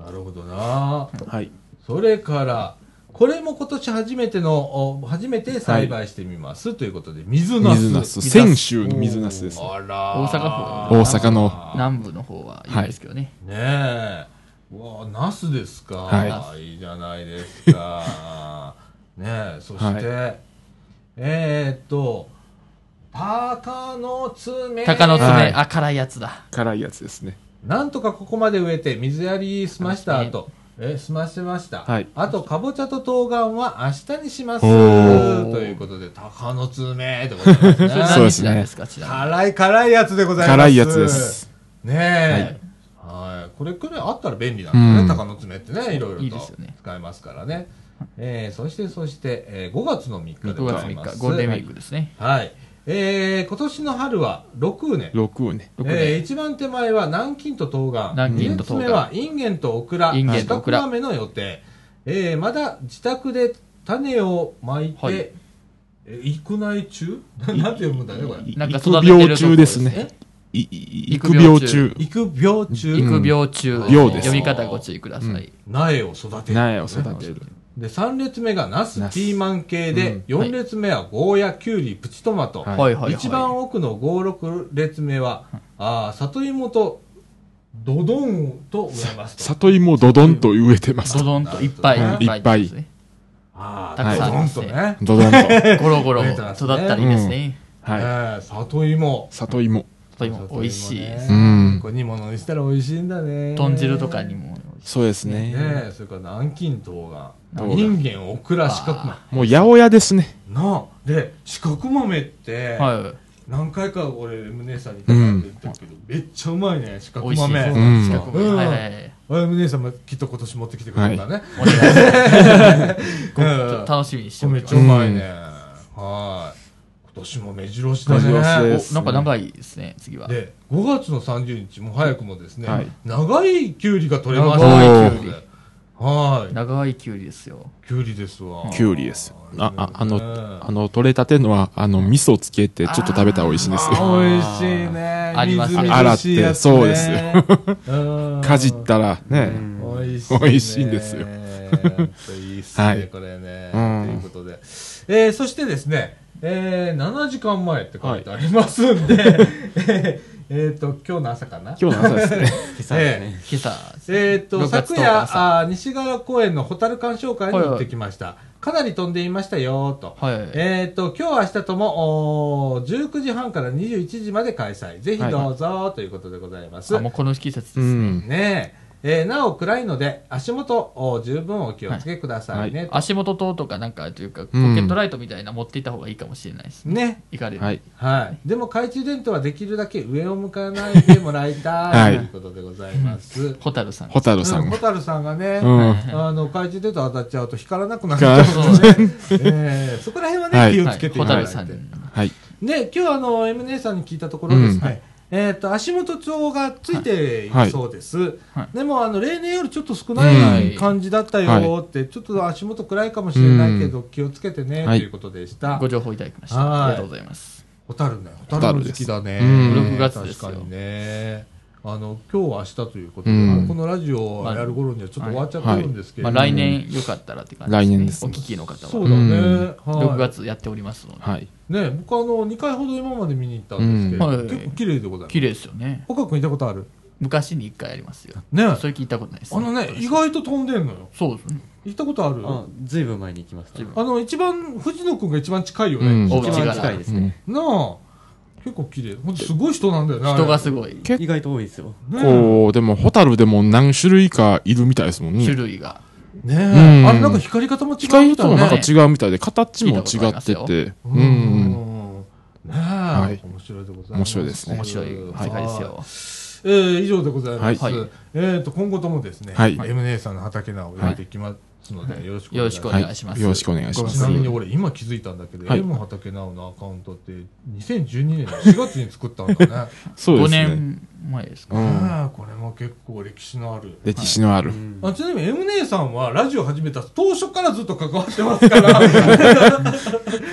S1: あ、なるほどな。
S4: い。
S1: それから、これも今年初めての、お初めて栽培してみます、ということで、水ナス。
S4: 水ナス。泉州の水ナスです。
S1: あら
S3: 大
S1: ー
S3: 阪
S4: 大阪の
S3: 南部の方はいいですけどね。
S1: ねえうわあナスですか、、
S4: はい
S1: いじゃないですか ねえそして、えー、っと鷹の爪
S3: 鷹の爪、
S4: はい
S3: あ、辛いやつだ。
S4: 辛いやつですね。
S1: なんとかここまで植えて水やり済ました後え済ませました、
S4: はい
S1: あとかぼちゃと冬瓜は明日にしますと
S4: おー
S1: いうことで鷹の爪でございます
S3: それ
S4: そう
S1: ね
S4: で
S3: 何
S4: す
S3: し
S4: ね
S3: なんですか、ちなみに。
S1: 辛い辛いやつでございます
S4: 辛いやつです。
S1: ねえ、はい、これくらいあったら便利なんだね、
S4: うん
S1: 鷹の爪ってね、いろい
S3: いい
S1: ろ
S3: で
S1: と
S3: すよね
S1: 使えますからね。えーそして、そして、えー5月の3日で
S3: 5
S1: ご
S3: 月
S1: ざいま
S3: 3
S1: す。
S3: 日、ゴールデンウィークですね。
S1: はい。えー今年の春は6年。
S4: 6ね。
S3: 6
S1: えー
S3: 年。
S1: 一番手前は南京と冬瓜。
S3: 南京と冬
S1: 二
S3: 瓜
S1: 列目はインゲンとオクラ。
S3: インゲンとオクラ
S1: 四角豆の予定。えーまだ自宅で種をまいて、
S3: はい
S1: え育苗中 なんて読むんだね、これ。
S3: なんか育
S4: 育
S3: ててるとこ
S4: 病中です
S1: え
S4: ね。いい
S3: 育
S4: 育
S3: 苗
S4: 病
S3: 中
S4: 中。
S1: 育苗中、
S4: ん
S3: 育病中。
S4: 病です
S3: 読み方ご注意ください。
S1: 苗を育てる。
S4: 苗を育てる。
S1: で、3列目がナス
S4: ナス
S1: ピーマン系で、
S3: うんはい
S1: 4列目はゴーヤ、キュウリ、プチトマト。
S4: はい
S3: はいはい。
S1: 一番奥の5、6列目は、ああ、里芋と、ドドンと植えますと。
S4: 里芋ドドンと植えてます
S3: ド。ドンといっぱい
S1: うん
S4: いっぱい
S3: ですね
S1: あ
S3: は
S1: あ、
S3: い
S1: ドドンとね。
S4: ドドンと。
S3: ゴロゴロ
S1: 増え
S3: 育
S1: て
S3: っ
S1: ますね
S3: たりですね。
S4: はい。
S1: ええ里芋。
S4: 里芋。
S3: とても美味しいです。
S1: 里
S4: う
S1: 芋ね
S4: ん
S1: これ煮物にしたら美味しいんだね。
S3: 豚汁とかに。も。
S4: そうです
S1: ね
S4: ね。
S1: え、それから南京冬が。
S4: 冬瓜
S1: インゲン、オクラ、四角豆。
S4: もう八百屋ですね。
S1: なあ、で、四角豆って、
S3: は
S1: 何回か俺、ムネさんに頼んでたけど、めっちゃうまいね、四
S3: い。
S1: 角
S3: 美味しいです。
S1: 豆。
S4: ん
S3: 四角豆
S1: うん
S3: はいはい
S1: あムネさんもきっと今年持ってきてくれるんだね。
S3: お願いし
S1: うん
S3: ます。楽しみにして
S1: め
S3: ま
S1: っ
S3: す
S1: ちゃうまいね。はい。今年も目白押しだね。
S4: 目白押しです
S3: おなんか長いですね、次は。
S1: で、5月の30日も早くもですね、
S4: はい
S1: 長いキュウリが取れました。
S4: 長い
S3: キュウリ
S1: はい。
S3: 長いきゅうりですよ。
S1: キュウリですわ。
S4: きゅうりです。あ、あ、あ
S1: ね
S4: の、あの、取れたてのは、あの、味噌つけて、ちょっと食べたら美味しいんですよ。
S1: あ美味しいね。
S3: あります
S1: みずみずしいやつね
S4: 洗って
S1: うん
S4: かじったら、ね。
S1: 美味しい、
S4: 美味しいんです
S1: い
S4: よ。
S1: いっすね、
S4: はい
S1: これね。
S4: うん
S1: ということで。えー、そしてですね、えー、7時間前って書いてありますんで、 えーえーと、今日の朝かな
S4: 今日の朝で すね。
S2: 今朝ですね。
S3: 今朝。
S1: えー、と
S3: 6月
S1: 昨
S3: 10
S1: 夜
S3: 日
S1: あー西側公園の蛍鑑賞会に行ってきました、かなり飛んでいましたよーと、
S3: はい。
S1: えー、と今日明日ともおー19時半から21時まで開催ぜひどうぞーということでございます、
S3: あ、もうこの季節
S4: う
S3: ですね。
S4: ん。
S1: ねええーなお暗いので足元を十分お気をつけくださいね、と
S3: 足元灯とかなんかというか、ポケットライトみたいな持っていった方がいいかもしれないですね。
S1: ね
S3: 行かれる。
S4: はい。
S1: はい、でも懐中電灯はできるだけ上を向かないでもらいたい、
S4: はい
S1: ということでございます。
S3: ホタルさん。
S4: ホタルさ
S1: うんん
S4: が。
S1: 蛍さんがね、
S4: うん。
S1: あの懐中電灯当たっちゃうと光らなくなっちゃうので、えーそこら辺はね、
S4: はい
S1: 気を
S3: は
S1: つけ
S3: い
S1: ていた
S3: ホタ
S1: だい
S3: ル
S1: て、
S3: さんに。
S4: はい。
S1: で今日あの M 姉さんに聞いたところですね、えっ、と足元帳がついているそうです、
S3: はい
S1: でもあの例年よりちょっと少
S4: は
S1: ない
S3: い
S1: 感じだったよーって、ちょっと足元暗いかもしれないけど気をつけてね、
S4: はい
S1: ということでした
S3: ご情報いただきまし
S1: はい
S3: た。ありがとうございます。
S1: ホタルねホ
S4: タ
S1: タ
S4: ル
S1: ル
S4: で
S1: 好
S4: す
S1: きだね、
S4: うん
S3: 6月ですよ
S1: 確かにねあの今日は明日ということで、
S4: うん
S1: もうこのラジオをやる頃にはちょっと終わっちゃってるんですけれ
S3: ま
S1: ど
S3: あ
S1: も、
S3: 来年よかったらって感じです
S4: 来
S3: ね。
S4: 年です
S3: お聞きの方
S1: そう
S3: は。
S1: だね、
S4: うん
S1: はい
S3: 6月やっておりますので。
S4: はい。
S1: ね僕あの2回ほど今まで見に行ったんですけど、
S3: うんはい
S1: 結構綺麗でございます
S3: 綺麗ですよね。
S1: 岡君行ったことある
S3: 昔に一回ありますよ。
S1: ね
S3: それ聞いたことないです。
S1: あのね意外と飛んでんのよ
S3: そうですね。
S1: 行ったことある
S2: あ、ずいぶん前に行きました。
S3: 随分
S1: あの一番藤野君が一番近いよね、
S4: うん
S3: お
S2: 一
S3: 家
S2: 番
S3: 柄
S2: 近いです
S4: う
S2: ね
S4: ん。
S1: なあ結構綺麗ほんとすごい人なんだよね
S3: 人が
S1: す
S3: すごい。
S4: 結
S2: 意外と多いですよ。
S1: ねえ
S4: 構、でも、ホタルでも何種類かいるみたいですもん
S3: 種
S4: ね。
S3: 類が。
S1: ねえ
S4: うん
S1: あれなんか光り方も違うみたい
S4: 光
S1: ね
S4: ともなんか違うみたいで、形も違ってて。
S1: う
S4: うんん。
S1: ねえ、
S4: い
S1: 面白いでございます
S4: 面白いですね
S3: 面白い世界ですよ。
S1: えー、以上でございます。
S4: はい
S1: えー、と今後ともですね、
S4: はい
S1: M 姉さんの畑菜をやっていきますので、よろしくお
S3: よ
S1: 願
S3: ろ
S1: い
S3: し
S1: し
S3: く
S1: ます。
S3: お願いします。
S4: よろしくお願いしま
S1: ち
S4: す
S1: なみに俺今気づいたんだけど、
S4: はい
S1: M 畑菜のアカウントって2012年の4月に作ったんだね。
S4: そうで
S3: 5
S4: すね。
S3: 年前ですか
S4: う。ん。
S1: ああこれも結構歴史のある。
S4: 歴史のある。
S1: あちなみに M 姉さんはラジオ始めた当初からずっと関わってますから。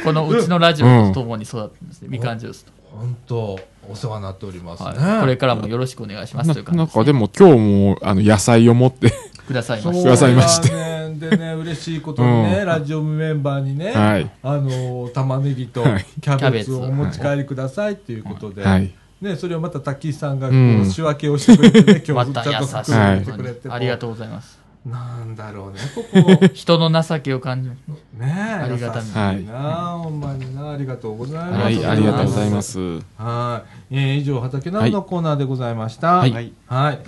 S3: このうちのラジオとともに育ってますね。みかんジュースと。
S1: 本当お世話になっておりますね。
S3: はい。これからもよろしくお願いしますという
S4: な
S3: 感じ
S4: なん
S3: ですね
S4: かでも今日もあの野菜を持って、
S3: ください
S1: そう
S3: まし
S4: く
S3: た。
S4: ださいまして
S1: だねでね、嬉しいことにね、
S4: うん
S1: ラジオメンバーにね、
S4: はい
S1: あのー玉ねぎと
S4: はい
S1: キャベツを
S3: キャベツを
S1: お持ち帰りくださいっていうことで、
S4: はい、
S1: ね、それをまた滝井さんがこ
S4: う
S1: うん仕分けをしてくれてね、今
S3: ま
S1: 日ち
S3: た
S1: ゃんと
S3: 優し
S1: 作
S3: い、
S4: は
S1: っ
S4: い
S1: てくれて、
S3: ありがとうございます。
S1: う。なんだろうね、ここ、
S3: 人の情けを感じます。
S1: ね、あ
S3: りがたみ
S1: いな、ほんまにな、ありがとうございます。。
S4: はい、ありがとうございますす。
S1: はい、えー以上、畑菜のコーナーでございました。
S4: はい
S2: はい。
S1: はい。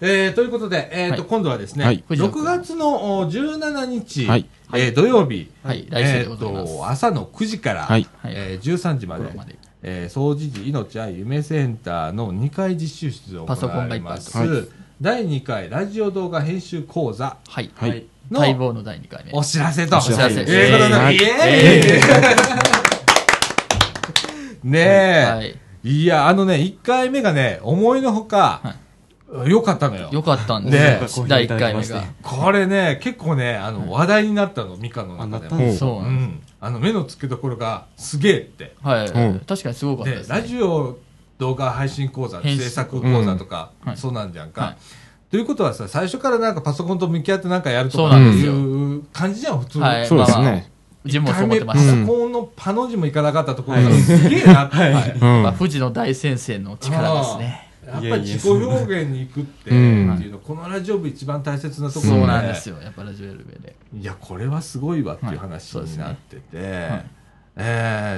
S1: えーということで、えーと
S3: はい
S1: 今度はですね、
S4: はい
S1: 6月のお17日、
S4: はい
S1: えー土曜日、
S3: はい、来週
S1: え
S3: でご
S1: ー
S3: ざいます。
S1: と朝の9時から、
S4: はい
S1: えー13時まで
S3: 心まで
S1: えー総知事命愛夢センターの2回実習室を
S3: パソコ
S1: 行
S3: ンが
S1: い
S3: いっ
S1: ま
S3: ぱいある
S1: す、
S3: と
S4: はい
S1: 第2回ラジオ動画編集講座
S3: はい。
S4: はい
S1: の
S3: 待望の第2回目。
S1: お知らせと
S4: お知らせ
S1: ということで、
S4: はい
S1: イエーイねえ、
S3: はいい。
S1: やあのね1回目がね思いのほか良、かったのよ
S3: よかったん
S1: ね
S3: ですよ。第1回目
S2: ご好評いただ
S3: が
S2: き。
S1: これね、結構ね、あの、話題になったの、ミカの
S2: あ、な
S1: 中で
S2: ったん
S1: も。
S2: で
S4: お
S2: す
S3: そううなんで
S1: ん。あの、目の付けどころがすげえって。
S3: す。はい、
S4: うん
S3: 確かにすごかった
S1: で
S3: で、す、ね。
S1: ラジオ動画配信講座、
S3: 編
S1: 制
S3: 集
S1: 作講座とか
S3: うんは、い
S1: そうなんじゃん
S3: は
S1: か
S3: い。
S1: ということはさ、最初からなんかパソコンと向き合ってなんかやると
S3: そう
S1: か
S3: なん
S4: です
S1: い
S3: よ
S1: う感じじゃん、普通。
S3: はい
S4: そうです
S3: まあま
S4: ね。
S3: うちもそう思ってま
S4: う
S3: し
S4: ん
S1: ここのパの字もいかなかったところが
S2: はい
S1: すげえなって、
S3: た。
S4: うん
S3: まあ、富士の大先生の力ですね。
S1: やっぱり自己表現に行くってって
S4: いえいえ
S1: いうの、このラジオ部一番大切なところ
S4: ん
S3: そうなんですよ。やっぱラジオエルベで。
S1: いやこれはすごいわっていう話
S3: はいそうです
S1: に
S3: ね
S1: なってて、え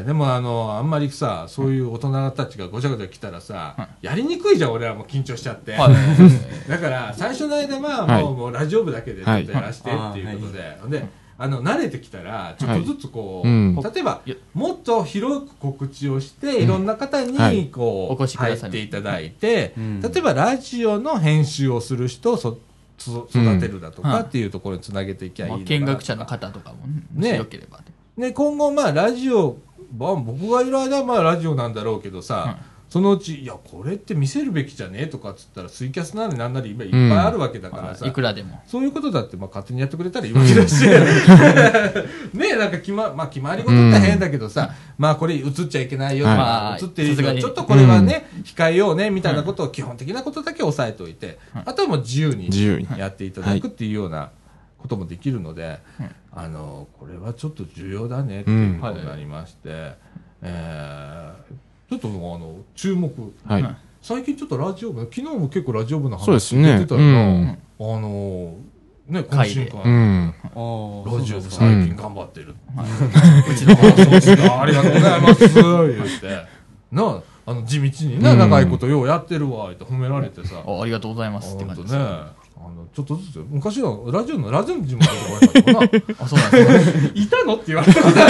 S1: ーでもあのあんまりさそういう大人たちがごちゃごちゃ来たらさ、やりにくいじゃん俺はもう緊張しちゃって、
S3: はい。
S1: だから最初の間はもう,、
S4: はい
S1: もうラジオ部だけでちょっとやらせてっていうことで、であの慣れてきたらちょっとずつこう、
S4: はいうん
S1: 例えば
S3: いや
S1: もっと広く告知をして、いろんな方
S4: はい
S1: にこう、
S3: お越しく
S1: 入
S3: だ
S1: っ
S3: さい
S1: ていただいて、
S2: うん
S1: 例えばラジオの編集をする人をそつ育てるだと
S3: うんは
S1: か
S3: い
S1: っていうところにつなげていきゃいい
S3: まあ
S1: のかな
S3: 見学者の方とかもね、も
S1: ね
S3: しよければね。
S1: で今後まあラジオ、まあ、僕がいる間はまあラジオなんだろうけどさ、
S3: うん
S1: そのうち「いやこれって見せるべきじゃねえ」とかっつったらツイキャスなりなんなり今いっぱいあるわけだからさ、
S3: いくらでも。
S1: そういうことだってまあ勝手にやってくれたらいいわけだし、 ねえなんか決ま,、まあ、決まり事って変だけどさ、まあこれ映っちゃいけないよとか、
S3: はい
S1: 映ってる以上
S3: さすがに
S1: ちょっとこれはね、控えようねみたいなことを基本的なことだけ押さえておいて、あとはもう自由に
S4: 自由に
S1: やっていただくっていうようなこともできるので、あのこれはちょっと重要だねっていうことになりまして、えーちょっともうあの注目。
S4: はい。
S3: うん
S1: 最近ちょっとラジオ部、昨日も結構ラジオ部の
S4: そうです
S1: 話出
S4: ね
S1: て。た
S4: う
S1: よな。
S4: ん。
S1: あのー、ね、懇
S3: 会で
S1: 親
S4: う
S1: 会。
S4: ん。
S2: ロ
S1: ラジオで
S2: さ
S1: 最近頑張ってる。
S3: うちの
S1: あそうですかありがとうございます。言って。なあ、あの、地道にね、
S4: うん
S1: 長いことようやってるわ、って褒められてさ。
S3: おありがとうございますって
S1: ほん
S3: 感じ
S1: と
S3: で
S1: ね、
S3: す
S1: あの、ちょっとずつ、昔はラジオのラジオの自慢とか言われたのか
S3: あ、そうなんですね
S1: ないたのって言われたこと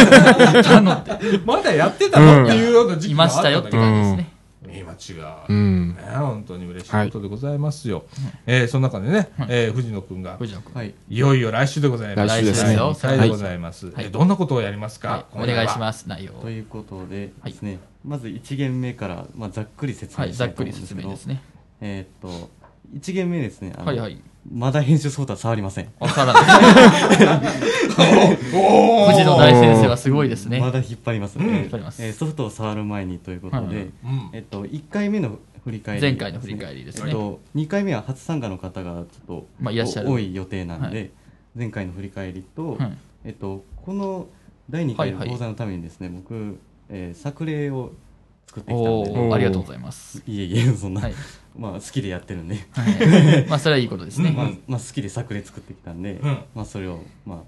S1: あ
S3: あのって
S1: る まだやってたのっていうような 時
S3: い
S1: 期があ
S3: ま
S1: っ
S3: したた
S1: んだ
S3: よって
S1: けど
S3: 感じですね。
S1: 今違う。
S4: うん。
S1: ね、本当に嬉しいことでございますよ。えーその中でね、えー藤野くんが、
S3: 藤野君。
S2: はい。
S1: いよいよ来週でございます。
S4: 来週ですね
S1: 第二回でございます。
S3: はい
S1: えどんなことをやります
S3: は
S1: か、
S3: いお願いし
S1: す。
S3: ます、内容を
S2: ということでですね、まず1限目から、まあ、ざっくり説
S3: は
S2: 明
S3: い、
S2: した
S3: ざ
S2: い
S3: っ
S2: と
S3: くり
S2: 思うんです
S3: 説
S2: け
S3: 明
S2: ど、
S3: ですね。
S2: えーっと、1限目ですね、あの
S3: はいはい。
S2: まだ編集ソフトは触りません。
S3: わからない。
S1: おー
S3: 藤野大先生はすごいですね。
S2: まだ引っ張ります、
S1: うん
S2: えー
S3: 引っ張ります
S2: えーソフトを触る前にということで、
S3: はい
S1: うん
S2: えっと、1回目の振り返り、
S3: 前回の振り返りですね
S2: えっと、2回目は初参加の方がちょっと、
S3: まあいらっしゃる
S2: 多い予定なんで、
S3: は
S2: 前回の振り返りと、
S3: はい
S2: えっと、この第2回
S3: は
S2: の
S3: いはい
S2: 講座のためにですね、僕、えー作例を作ってきたんで、
S3: おお、ありがとうございます。
S2: いえいえ、 そんな、
S3: はい。
S2: まあ好きでやってるんで、
S3: はいまあ、それはいいことですね。
S2: まあ、まあ好きで作例作ってきたんで、
S1: ん
S2: まあそれを、まあ、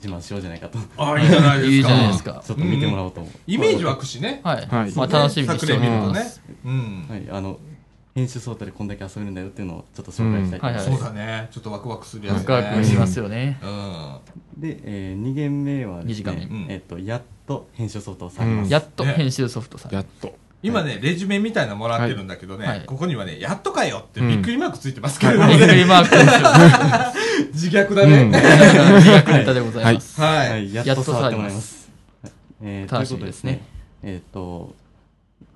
S2: 自慢しようじゃないかと、ち
S1: あーいいじゃないですか。
S3: いいじゃないで すか。
S2: ょっと見てもらおうと思う。
S1: イメージ湧くしね。
S3: はい。
S4: はい
S3: まあ、楽しみにしておりま
S1: ね
S3: す。。
S1: うん。
S2: はい、あの編集ソフトでこんだけ遊べるんだよっていうのをちょっと紹介したいと思います、
S3: うんはい
S1: そうだね。ちょっとワクワクするや
S3: ワ
S1: つね。
S3: クワクしますよね。
S1: うん。
S2: で、え2限目はです
S3: 二時間目
S2: ね、
S1: うん
S2: えっとやっと編集ソフトを触り
S4: う
S2: ま
S4: ん
S2: す、
S3: やっと
S1: ね
S3: 編集ソフトさん。
S4: やっと。
S1: 今ね、レジュメみたいなのもらってるんだけどね、
S3: はいはい
S1: ここにはね、やっとかよって
S4: うん
S1: びっくりマークついてますけれども
S3: びっく
S1: ね、
S3: りマークですよ。
S1: 自虐だね。
S4: うん
S3: 自虐ネタでございます。
S1: はい、
S2: はい、やっと触ってもらいますはいえー
S3: 楽しみですね
S2: ということで
S3: はい
S2: ですね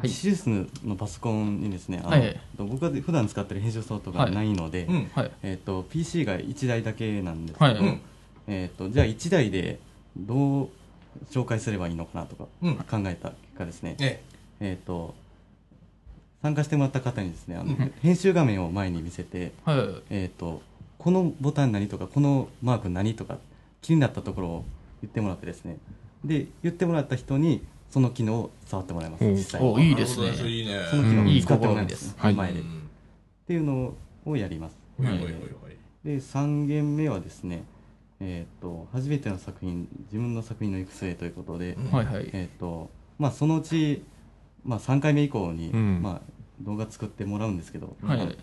S2: えっ、と、シスのパソコンにですね、あの
S3: はいはい
S2: 僕が普段使ってる編集ソフトがないので、
S1: うん。
S3: はい。
S2: えっと PC が1台だけなんですけ
S3: は
S2: ど、
S3: い。
S1: うん。
S2: えっとじゃあ1台でどう紹介すればいいのかなとか
S1: うん
S2: 考えた結果ですね、
S1: え
S2: えっ、と、参加してもらった方にですね、あの編集画面を前に見せて、
S3: はい。
S2: えっ、と、このボタン何とか、このマーク何とか、気になったところを言ってもらってですね、で、言ってもらった人に、その機能を触ってもらいます、
S4: おう
S2: 実際
S3: おう
S2: に。
S3: いいですね
S1: なるほどいいね。
S2: その機能
S4: うん
S2: を使ってもらいま
S3: いい
S2: す、
S4: 試みです
S2: 前で、
S1: う
S2: っ
S1: ん
S2: ていうのをやります。
S1: おいおいおいおい
S2: で、3件目はですね、えっ、と、初めての作品、自分の作品の育成ということで、
S3: はいはい。
S2: えっ、と、まあ、そのうち、まあ、3回目以降に、
S4: うん
S2: まあ、動画作ってもらうんですけど、
S3: はいはい
S2: で、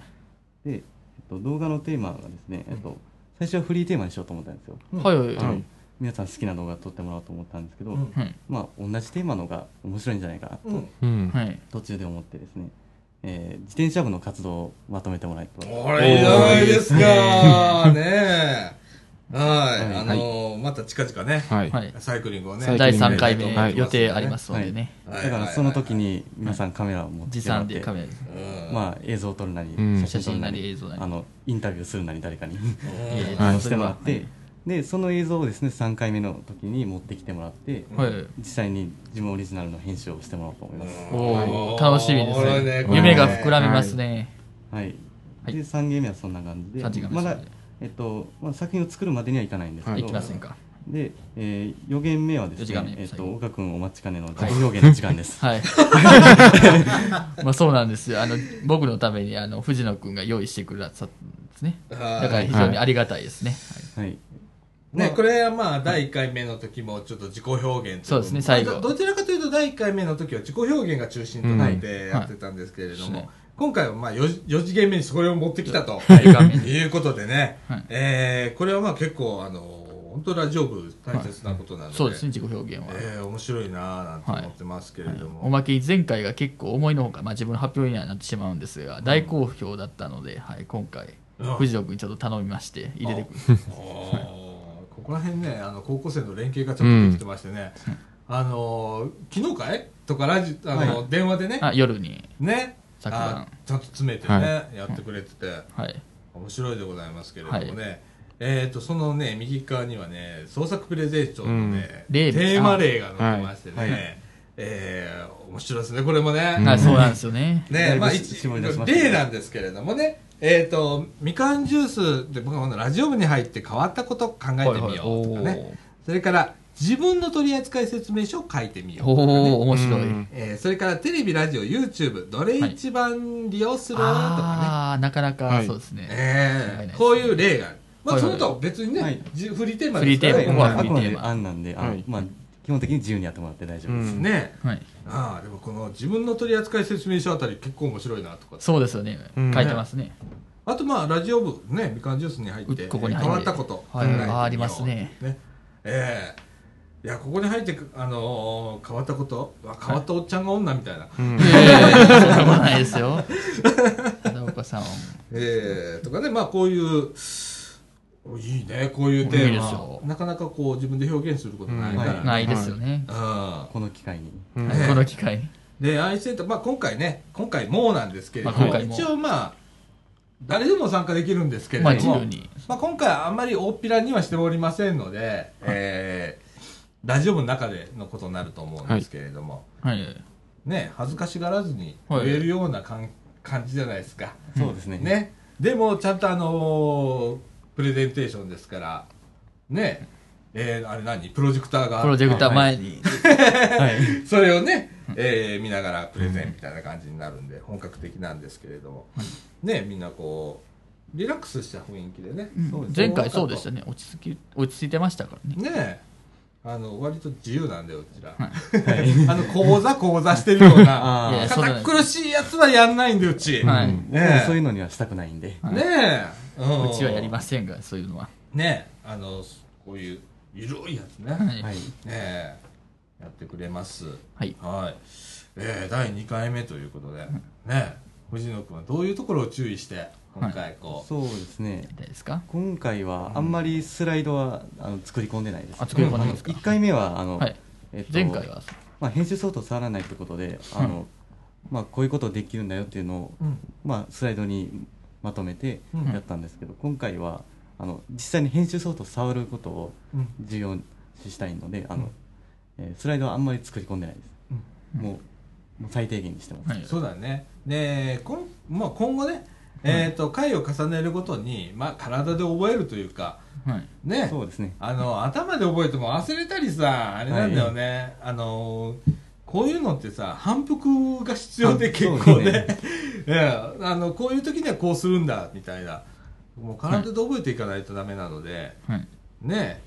S2: えっと、動画のテーマがですね、えっと、最初はフリーテーマにしようと思ったんですよ。
S1: うん
S3: はいはい
S2: あ
S3: は
S2: の
S4: はい
S2: 皆さん好きな動画撮ってもらおうと思ったんですけど、
S1: うん
S3: い。
S2: まあ、同じテーマのが面白いんじゃないかなと、
S1: うん。
S4: うん。
S3: はい。
S2: 途中で思ってですね、えー自転車部の活動をまとめてもらえると。
S1: これいいじゃないですか。ねえ。はい。あのーまた近々ね、
S4: はい。
S3: はい。
S1: サイクリングをね。
S4: サイクリ
S3: 第
S4: ング
S3: 3回
S4: は
S3: 目
S4: い
S3: 予定ありますのでね。
S1: はい
S2: だから、その時に皆さんカメラを持ってき
S3: 持
S2: てもら
S3: 参
S2: っ
S3: で
S2: て、
S3: カメラで。
S1: うん
S2: まあ、映像を撮るなり、
S4: うん
S2: 写真撮るな
S3: 写真なり
S2: り
S3: 映像なり
S2: あのインタビューするなり誰かに
S1: うん
S3: え
S4: は
S3: ー
S4: い
S2: してもらって、でその映像をですね3回目の時に持ってきてもらって、
S3: はいはい。
S2: 実際に自分オリジナルの編集をしてもらおうと思います、
S3: おお楽しみで
S1: おもろ
S3: す
S1: いね
S3: ね
S1: こ。れ
S3: 夢が膨らみますね。
S2: はい
S3: はい
S2: で3ゲームはそんな感じで
S3: 三時間目
S2: まだ
S3: それで
S2: えっとまあ、作品を作るまでにはいかないんですけ
S4: は
S2: ど、
S4: い
S3: いきませんか。
S2: で、えー、4限目はです
S3: 四時間
S2: ね
S3: 目、
S2: えっ
S3: 最
S2: と、
S3: 後
S2: 岡君お待ちかねの自己表現の時間 です。
S3: はい。まあそうなんですよ。あの、僕のために、あの、藤野くんが用意してくださったんですね。
S1: だ
S3: だから非常にありがたいですね。
S2: はい、
S1: ね、これはまあ、第1回目の時もちょっと自己表現
S3: そうですね最後
S1: どどちらかというと、第1回目の時は自己表現が中心となって
S3: ん
S1: やってたんですけれども、
S3: はい
S1: 今回はまあ4、4次元目にそれを持ってきたと、、
S3: はいい画面
S1: うことでね、
S3: はい
S1: えーこれはまあ結構、あの、本当ラジオ部大切なことなので、
S3: そうですね、自己表現は。
S1: えー面白いなぁなんて思ってますけれども、
S3: おまけに前回が結構思いのほか、まあ、自分の発表にはなってしまうんですが、大好評だったので、はい、今回
S1: うん
S3: 藤野君にちょっと頼みまして入れてくる
S1: あーここら辺ねあの高校生の連携がちょっとできてましてね、あの昨日かいとかラジあの、電話でね
S3: あ夜に、
S1: ね
S3: 昨晩
S1: あちゃんと詰めてね、
S4: は
S1: やってくれてて、
S3: はい、
S1: 面白いでございますけれどもね、えー、とそのね右側にはね創作プレゼンションのね、
S3: うん
S1: テ
S3: 例
S1: ーマ例が載ってましてね、えー面白いですねこれもね、
S3: はいそうなんですよね
S1: ね
S2: だいぶ
S1: まあ、一
S2: 絞り出しましたね
S1: 例なんですけれどもね、えっとみかんジュースで僕はこのラジオ部に入って変わったこと考えてみようとかね、
S3: はいはい
S1: それから自分の取扱説明書を書いてみよ
S3: お
S1: うとかね、
S3: お面白い、
S4: うん
S1: えーそれからテレビラジオ YouTube どれ一番利用する、とかね
S3: ああなかなか
S4: はい
S3: そうですね、考えない
S1: え
S3: で
S1: え
S3: す
S1: こういう例がある。まあ、
S3: はい
S1: そ
S3: はい
S1: の他は別に
S2: は
S1: ね
S2: い、
S1: じフリーテーマ
S3: フリーテーマ
S1: ですから
S3: ここは
S2: あくまで
S3: はい
S2: 案なんで、あの
S4: はい
S2: まあ、基本的に自由にやってもらって大丈夫です。
S4: うん
S1: ね
S3: はい、
S1: ああ、でもこの自分の取扱説明書あたり結構面白いなとか。
S3: そうですよね、
S4: うん
S3: 書いてますね
S1: あとまあ、ラジオ部、ね、みかんジュースに入って、
S3: うここに入って
S1: 変わったこと、
S3: はい
S1: 考えてみよう
S3: あありますね。
S1: ええいや、ここに入って、あのー変わったこと、あ変わったおっちゃんが女みたいな。
S4: うん
S3: いやいやいやそんなことないですよ片岡さんは
S1: ええとかね、まあ、こういう、おいいね、こういうテ
S3: いい
S1: ー
S3: です
S1: マ
S3: よ。
S1: なかなかこう、自分で表現することないから、
S2: う
S1: ね。
S3: ないですよね、
S1: うん
S2: この機会に。
S4: うん
S3: はいこの機会に
S1: で愛センター、まあ、今回ね今回もうなんですけれど
S3: まあ
S1: も,、
S3: 今回も
S1: 一応まあ誰でも参加できるんですけれど
S3: ま
S1: も、
S3: あ
S1: まあ
S3: 自由に
S1: 今回あんまり大っぴらにはしておりませんので、えーラジオ部の中でのことになると思うんですけれども、
S3: はい
S1: ね恥ずかしがらずに言えるようなかん感じじゃないですか、
S2: そうですね。
S1: ねでもちゃんとあのープレゼンテーションですからねえーあれ何プロジェクターが
S3: プロジェクター前に、
S2: はい。
S1: それをね、えー見ながらプレゼンみたいな感じになるんで、本格的なんですけれども、ね、みんなこう、リラックスした雰囲気でね、
S3: うん前回そうでした
S1: ね。
S3: ね落ち着き落ち着いてましたからね
S1: ねあの、割と自由なんだよ、うちら。
S2: はい
S1: あの、講座、講座してるような、
S2: あ
S3: いやそんな
S1: 堅苦しいやつはやんないんで、うち。
S3: はい、
S4: うん
S2: ーもうそうい
S1: ね
S2: うのにはしたくないんで。
S1: え、ねえ、う。
S3: うちはやりますせんがそういうのは、
S1: ねえ、あの、こういう、ゆるいやつね、
S3: は
S1: ね
S3: い、
S2: はい。
S1: え、やってくれます。
S3: はい
S1: はい。えー、第2回目ということで、ね、藤野君はどういうところを注意して、今回こう、
S2: そうですね。
S3: いですか
S2: 今回はあんまりスライドはあの作り込んでないです。
S3: あ作り込んでないですか
S2: 1回目はあの、
S3: はい
S2: えっと
S3: 前回は
S2: まあ、編集ソフトを触らないということで、あのまあ、こういうことできるんだよっていうのを、
S1: うん
S2: まあ、スライドにまとめて
S1: うん
S2: やったんですけど、今回はあの実際に編集ソフトを触ることを
S1: うん
S2: 重要視したいのであの、えースライドはあんまり作り込んでないです、もうもう最低限にしてます、
S3: はい
S1: そうだね。で、こんまあ、今後ね、えっ、と、回を重ねるごとに、まあ、体で覚えるというか、
S3: はい
S1: ね、
S2: そうですね
S1: あの、頭で覚えても忘れたりさ、あれなんだよね。あの、こういうのってさ、反復が必要で
S2: あ
S1: 結構
S2: そ
S1: ね
S2: うで。
S1: ええあの、こういう時にはこうするんだ、みたいな。もう体で覚えていかないとダメなので、
S3: はい
S1: ねえ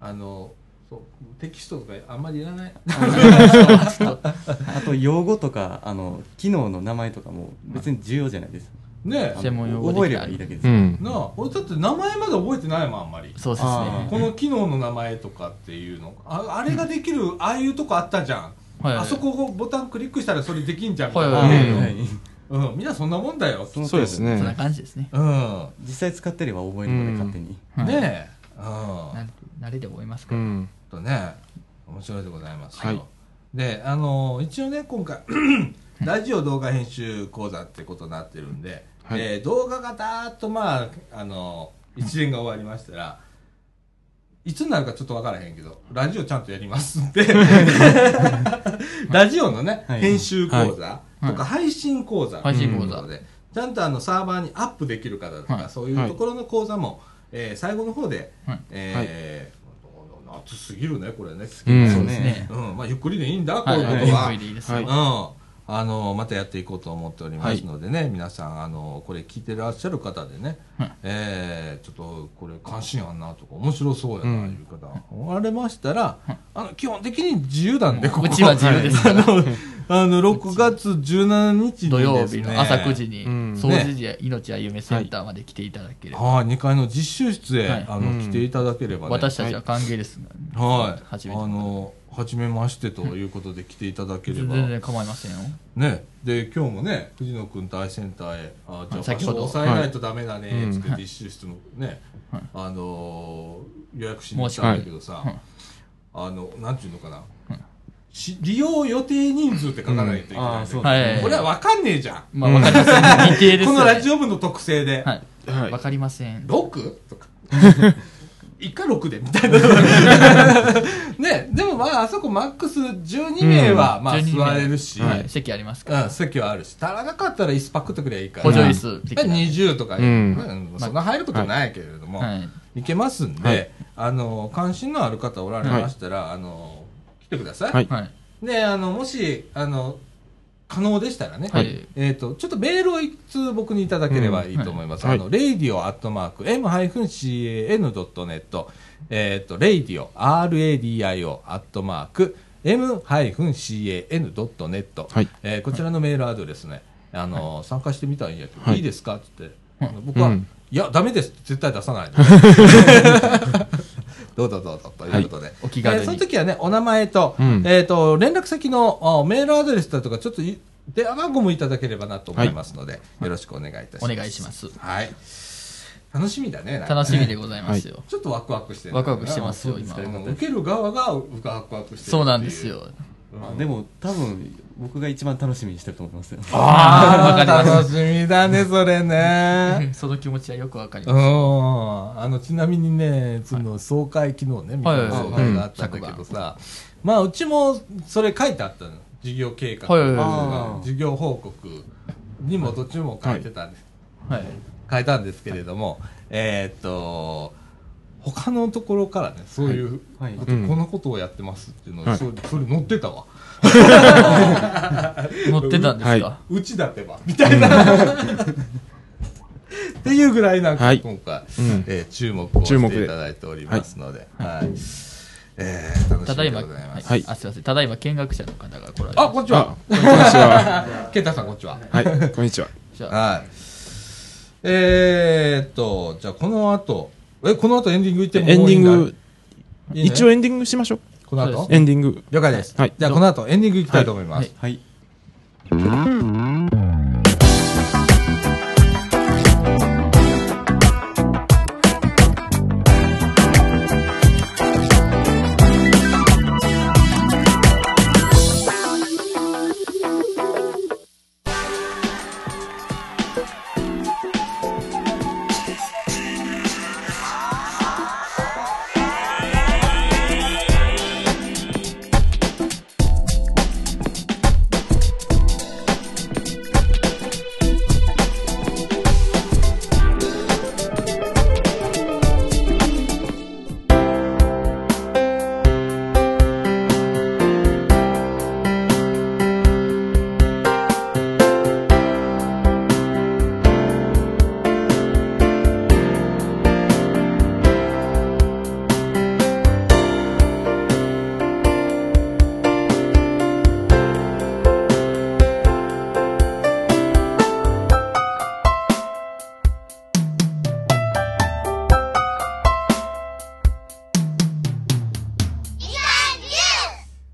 S1: あのそうテキストとかあんまりいらない
S2: あと用語とかあの機能の名前とかも別に重要じゃないです、
S1: ね
S2: あの
S1: え
S3: 専門用語
S2: 覚え
S3: 的
S2: れ
S3: な
S2: ばいいだけです、
S4: うん
S1: なあ俺だって名前まで覚えてないもんあんまり
S3: そうです
S2: あ
S3: ね
S1: この機能の名前とかっていうのああれができる、ああいうとこあったじゃん、
S3: はい
S1: あそこをボタンクリックしたらそれできんじゃんみた
S3: はいい
S1: な、
S3: はい
S2: あー
S4: うん
S2: はい
S1: うん、みんなそんなもんだよ
S2: の
S4: そうですね
S3: そんな感じですね
S1: うん
S2: 実際使ってれば覚えるので勝手に、
S3: はい
S1: ねえうん
S3: な慣れで覚えます
S4: う
S3: か、ら
S4: ん
S1: とね面白いでございますよ、
S4: はい
S1: であの一応ね今回ラジオ動画編集講座ってことになってるんで、
S4: はい
S1: えー動画がだーっとまああの一連が終わりましたら、いつになるかちょっと分からへんけど、ラジオちゃんとやりますんで、ラジオのね、
S2: はい
S1: 編集講座とか配信講座
S3: 配信講座
S1: ということで、ちゃんとあのサーバーにアップできるかだとか、
S3: はい
S1: そういうところの講座もえー最後の方で、
S3: はい
S1: えー夏すぎるね、これね。
S4: うん
S3: そうですね。
S1: うん、まあゆっくりでいいんだ、こ
S3: は
S1: う
S3: い
S1: いうこ
S3: は
S1: と
S3: い、ゆっ
S1: は
S3: くり。でいいですよ。は
S4: は
S3: いい、
S1: うん、あのまたやっていこうと思っておりますのでね、皆さんあのこれ聞いてらっしゃる方でね、
S3: はい
S1: えーちょっとこれ関心あんなとか面白そうやないう方、おられましたら、あの基本的に自由なんでここ
S3: うちは自由です
S1: はい あのあの6月17日に
S3: 土曜
S1: です
S3: 日
S1: ね
S3: の朝9時に、
S4: うん
S3: 掃除時や命は夢センターまで来ていただければ、
S1: はい、2階の実習室へ、
S3: はい
S1: あの
S4: うん
S1: 来ていただければね
S3: 私たちは歓迎ですが、
S1: はい
S3: 初めて
S1: あの初めましてということで来ていただけれ
S3: 全
S1: ば
S3: 然構いませんよ。
S1: ね、で今日もね藤野君とアイセンターへあじゃあ先
S3: 先ほ
S1: ほ
S3: ど
S1: ど抑えないとダメだねっつって
S3: はい
S1: 実習室のね、
S3: はい
S1: あのー予約しに行ったんだけどさ、
S3: はいはい
S1: あのなんていうのかな、し利用予定人数って書かないといけない、
S2: ああ、そう
S3: は
S2: で
S3: い。
S1: これは分かんねえじゃん、
S3: まあ、わかりません。未定ですよね、
S1: このラジオ部の特性で、
S3: はい。
S4: は
S3: わ
S4: い。
S3: かりません。
S1: 6? とか一回6でみたいな ねでもまああそこマックス12名は、まあ
S3: 12名
S1: 座れるし、
S3: はい、席ありますか
S1: うん、席はあるし、足らなかったら椅子パクっとくりゃいいから。
S3: 補助椅子的な
S1: 20とか、
S4: う
S1: うんんそんな入ることないけれども、
S3: はいい。
S1: けますんで、
S4: はい
S1: あの、関心のある方おられましたら、あの、来てください。
S4: はい
S3: はい。
S1: で、あの、もし、あの、可能でしたらね、
S3: はい
S1: えっ、と、ちょっとメールを一通僕にいただければいいと思います。
S4: うんはい
S1: あの、radio.m-can.net、えっ、と、radio, radio, アットマーク、m-can.net、
S4: はい
S1: えーこちらのメールアドレスね、あの参加してみたらいいんやけど、
S4: はい
S1: い、いですかって言って、あの僕は、
S4: うん
S1: いや、ダメですって絶対出さ ないのでどうぞどうぞということで、
S3: お気軽に
S1: えーその時はね、お名前と、
S4: うん
S1: えっ、と、連絡先のあメールアドレスだとか、ちょっとい電話番号もいただければなと思いますので、よろしくお願いいたし
S3: お
S1: ます。
S3: 願いします。
S1: はい。楽しみだね、なんかね
S3: 楽しみでございますよ。
S1: ちょっとワクワクしてる
S3: ワクワクしてますよ
S1: あそうですか
S3: 今
S1: 受ける側がワクワクしてるってい
S3: そうなんです。
S1: う
S3: よ。
S1: ん
S2: す。でも、多分、僕が一番楽しみにしてると思いますよ。
S1: あ
S3: わ
S1: あ、
S3: かりま
S1: 楽しみだね、それ
S3: う
S1: ね。
S3: ん その気持ちはよくわかり
S1: う
S3: ます。
S1: ん。あの、ちなみにね、その、総会、昨日ね、みたいな総会があったんだけどさ、まあ、うちも、それ書いてあったの。事業計画。
S3: はいはいはい
S2: はい
S1: 事業報告にもどっちも書いてたんです。
S3: はい。
S1: 書いたんですけれども、えーっと、他のところからね、そういうこと、
S2: はいはい
S4: うん
S1: こんなことをやってますっていうの、
S4: はい
S1: それそれ載ってたわ。
S3: 乗ってたんですか、
S4: は
S1: うちだてば、みたいな。っていうぐらいなんか、
S4: はい
S1: 今回、
S4: ん
S1: えー注目を
S4: 注目
S1: し
S4: で
S1: ていただいておりますので、はい。えー、楽
S3: た
S1: し
S3: だ
S1: み
S3: い
S1: で
S3: ま、
S1: ございます。
S4: はい
S3: あ、すいません。ただいま見学者の方が来られ
S1: あ、
S3: ま
S1: こんにち
S4: あ
S1: は。、
S4: こんにちは。
S1: ケンタさん、こんにちは。
S4: はい、こんにちは。
S3: す。じゃあ、
S1: はい。えーっと、じゃあこの後、え、この後エンディングいっても
S4: エンディン
S1: もういいんだ、い
S4: グ
S1: いね
S4: 一応エンディングしましょう。
S1: この
S3: そう
S1: 後
S4: エンディング。
S1: 了解です。
S4: はい
S1: じゃあこの後エンディングいきたいと思います。
S3: はい
S2: はい。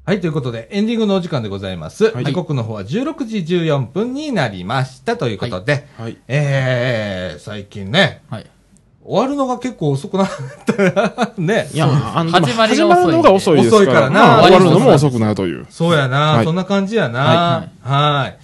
S1: はい、ということで、エンディングのお時間でございます。
S4: はい
S1: 時刻の方は16時14分になりましたということで、
S4: はい。
S1: えー、最近ね、
S3: はい。
S1: 終わるのが結構遅くなった。 ね。
S4: いや、あの
S3: 始まり
S4: 始
S3: が
S4: ま
S3: 遅い
S4: るのが遅いです
S1: 遅いからな
S4: まあ終わるの
S3: 終わ
S4: も
S3: り
S4: 遅くなるという。
S1: そうやな、
S4: はい
S1: そんな感じやな。はい。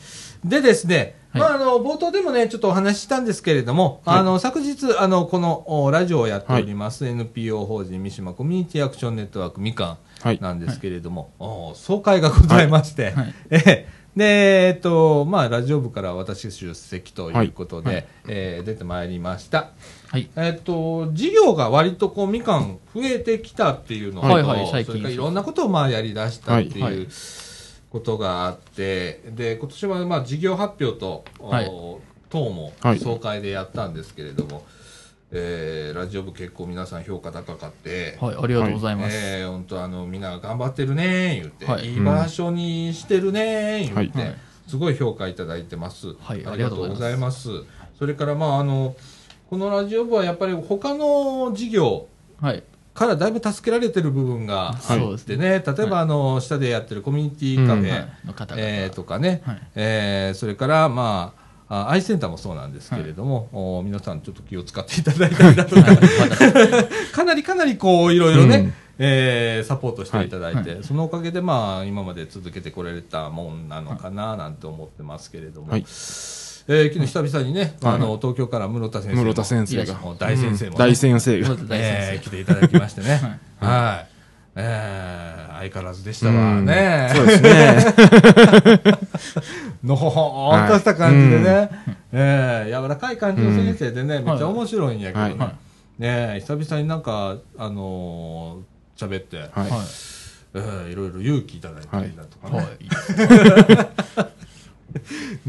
S1: でですね、まあ、あの、冒頭でもね、ちょっとお話ししたんですけれども、
S4: はい
S1: あの、昨日、あの、このおラジオをやっております、NPO 法人三島コミュニティアクションネットワークみかん。
S4: はい。
S1: なんですけれども、お総会がございまして、
S3: はい
S1: ええで、えっと、まあ、ラジオ部から私出席ということで、
S4: はいは
S1: えー出てまいりました。
S3: はい
S1: えっと、事業が割とこうみかん増えてきたっていうのと、
S3: はいはい最
S1: そ
S3: 近
S1: れからいろんなことをまあやりだしたって
S3: はい
S1: い
S3: は
S1: うことがあって、で、今年はまあ事業発表と、
S3: はい
S1: お等も
S4: はい
S1: 総会でやったんですけれども、えーラジオ部結構皆さん評価高かって、
S3: はい、ありがとうございます。
S1: えー、本当あの、みんな頑張ってるねー言って、
S3: はい
S1: い、い場所にしてるねー言って、
S3: はいはい
S1: すごい評価いただいてます。
S3: はい
S1: ありがとうございます。それから、まあ、あの、このラジオ部はやっぱり他の事業
S3: はい、
S1: からだいぶ助けられてる部分があ
S4: い
S3: そうで
S1: っ
S3: す
S1: て
S3: ね。
S1: ね、例えば、あの、下でやってるコミュニティカフ
S4: うん
S1: ェ、
S3: はいの方々、
S1: えーとかね、
S3: はい
S1: えーそれから、まあ、あアイセンターもそうなんですけれども、お皆さんちょっと気を使っていただいたりだとか、 かなりかなりこういろいろね、
S4: うん
S1: えーサポートしていただいて、
S3: はい
S1: そのおかげでまあ今まで続けてこられたもんなのかななんて思ってますけれども、
S4: はい
S1: えー昨日久々にね、
S4: はい
S1: あの東京から室田先生も
S4: 室田先生が
S1: もう大先生もね、
S4: うん大先生が
S3: まず大
S1: えー
S3: 先
S1: 来ていただきましてね、はい、えー相変わらずでしたわね、
S4: うんそうですね
S1: のほほーんとした感じでね、えー柔らかい感じの先生でね、
S3: ん
S1: めっちゃ面白いんやけどね、
S4: はいはい
S1: ねえ久々になんか、あのー喋って、
S4: はい、
S3: 生。はい。
S1: えーいろいろ勇気いただいたりだとかね、
S3: は い。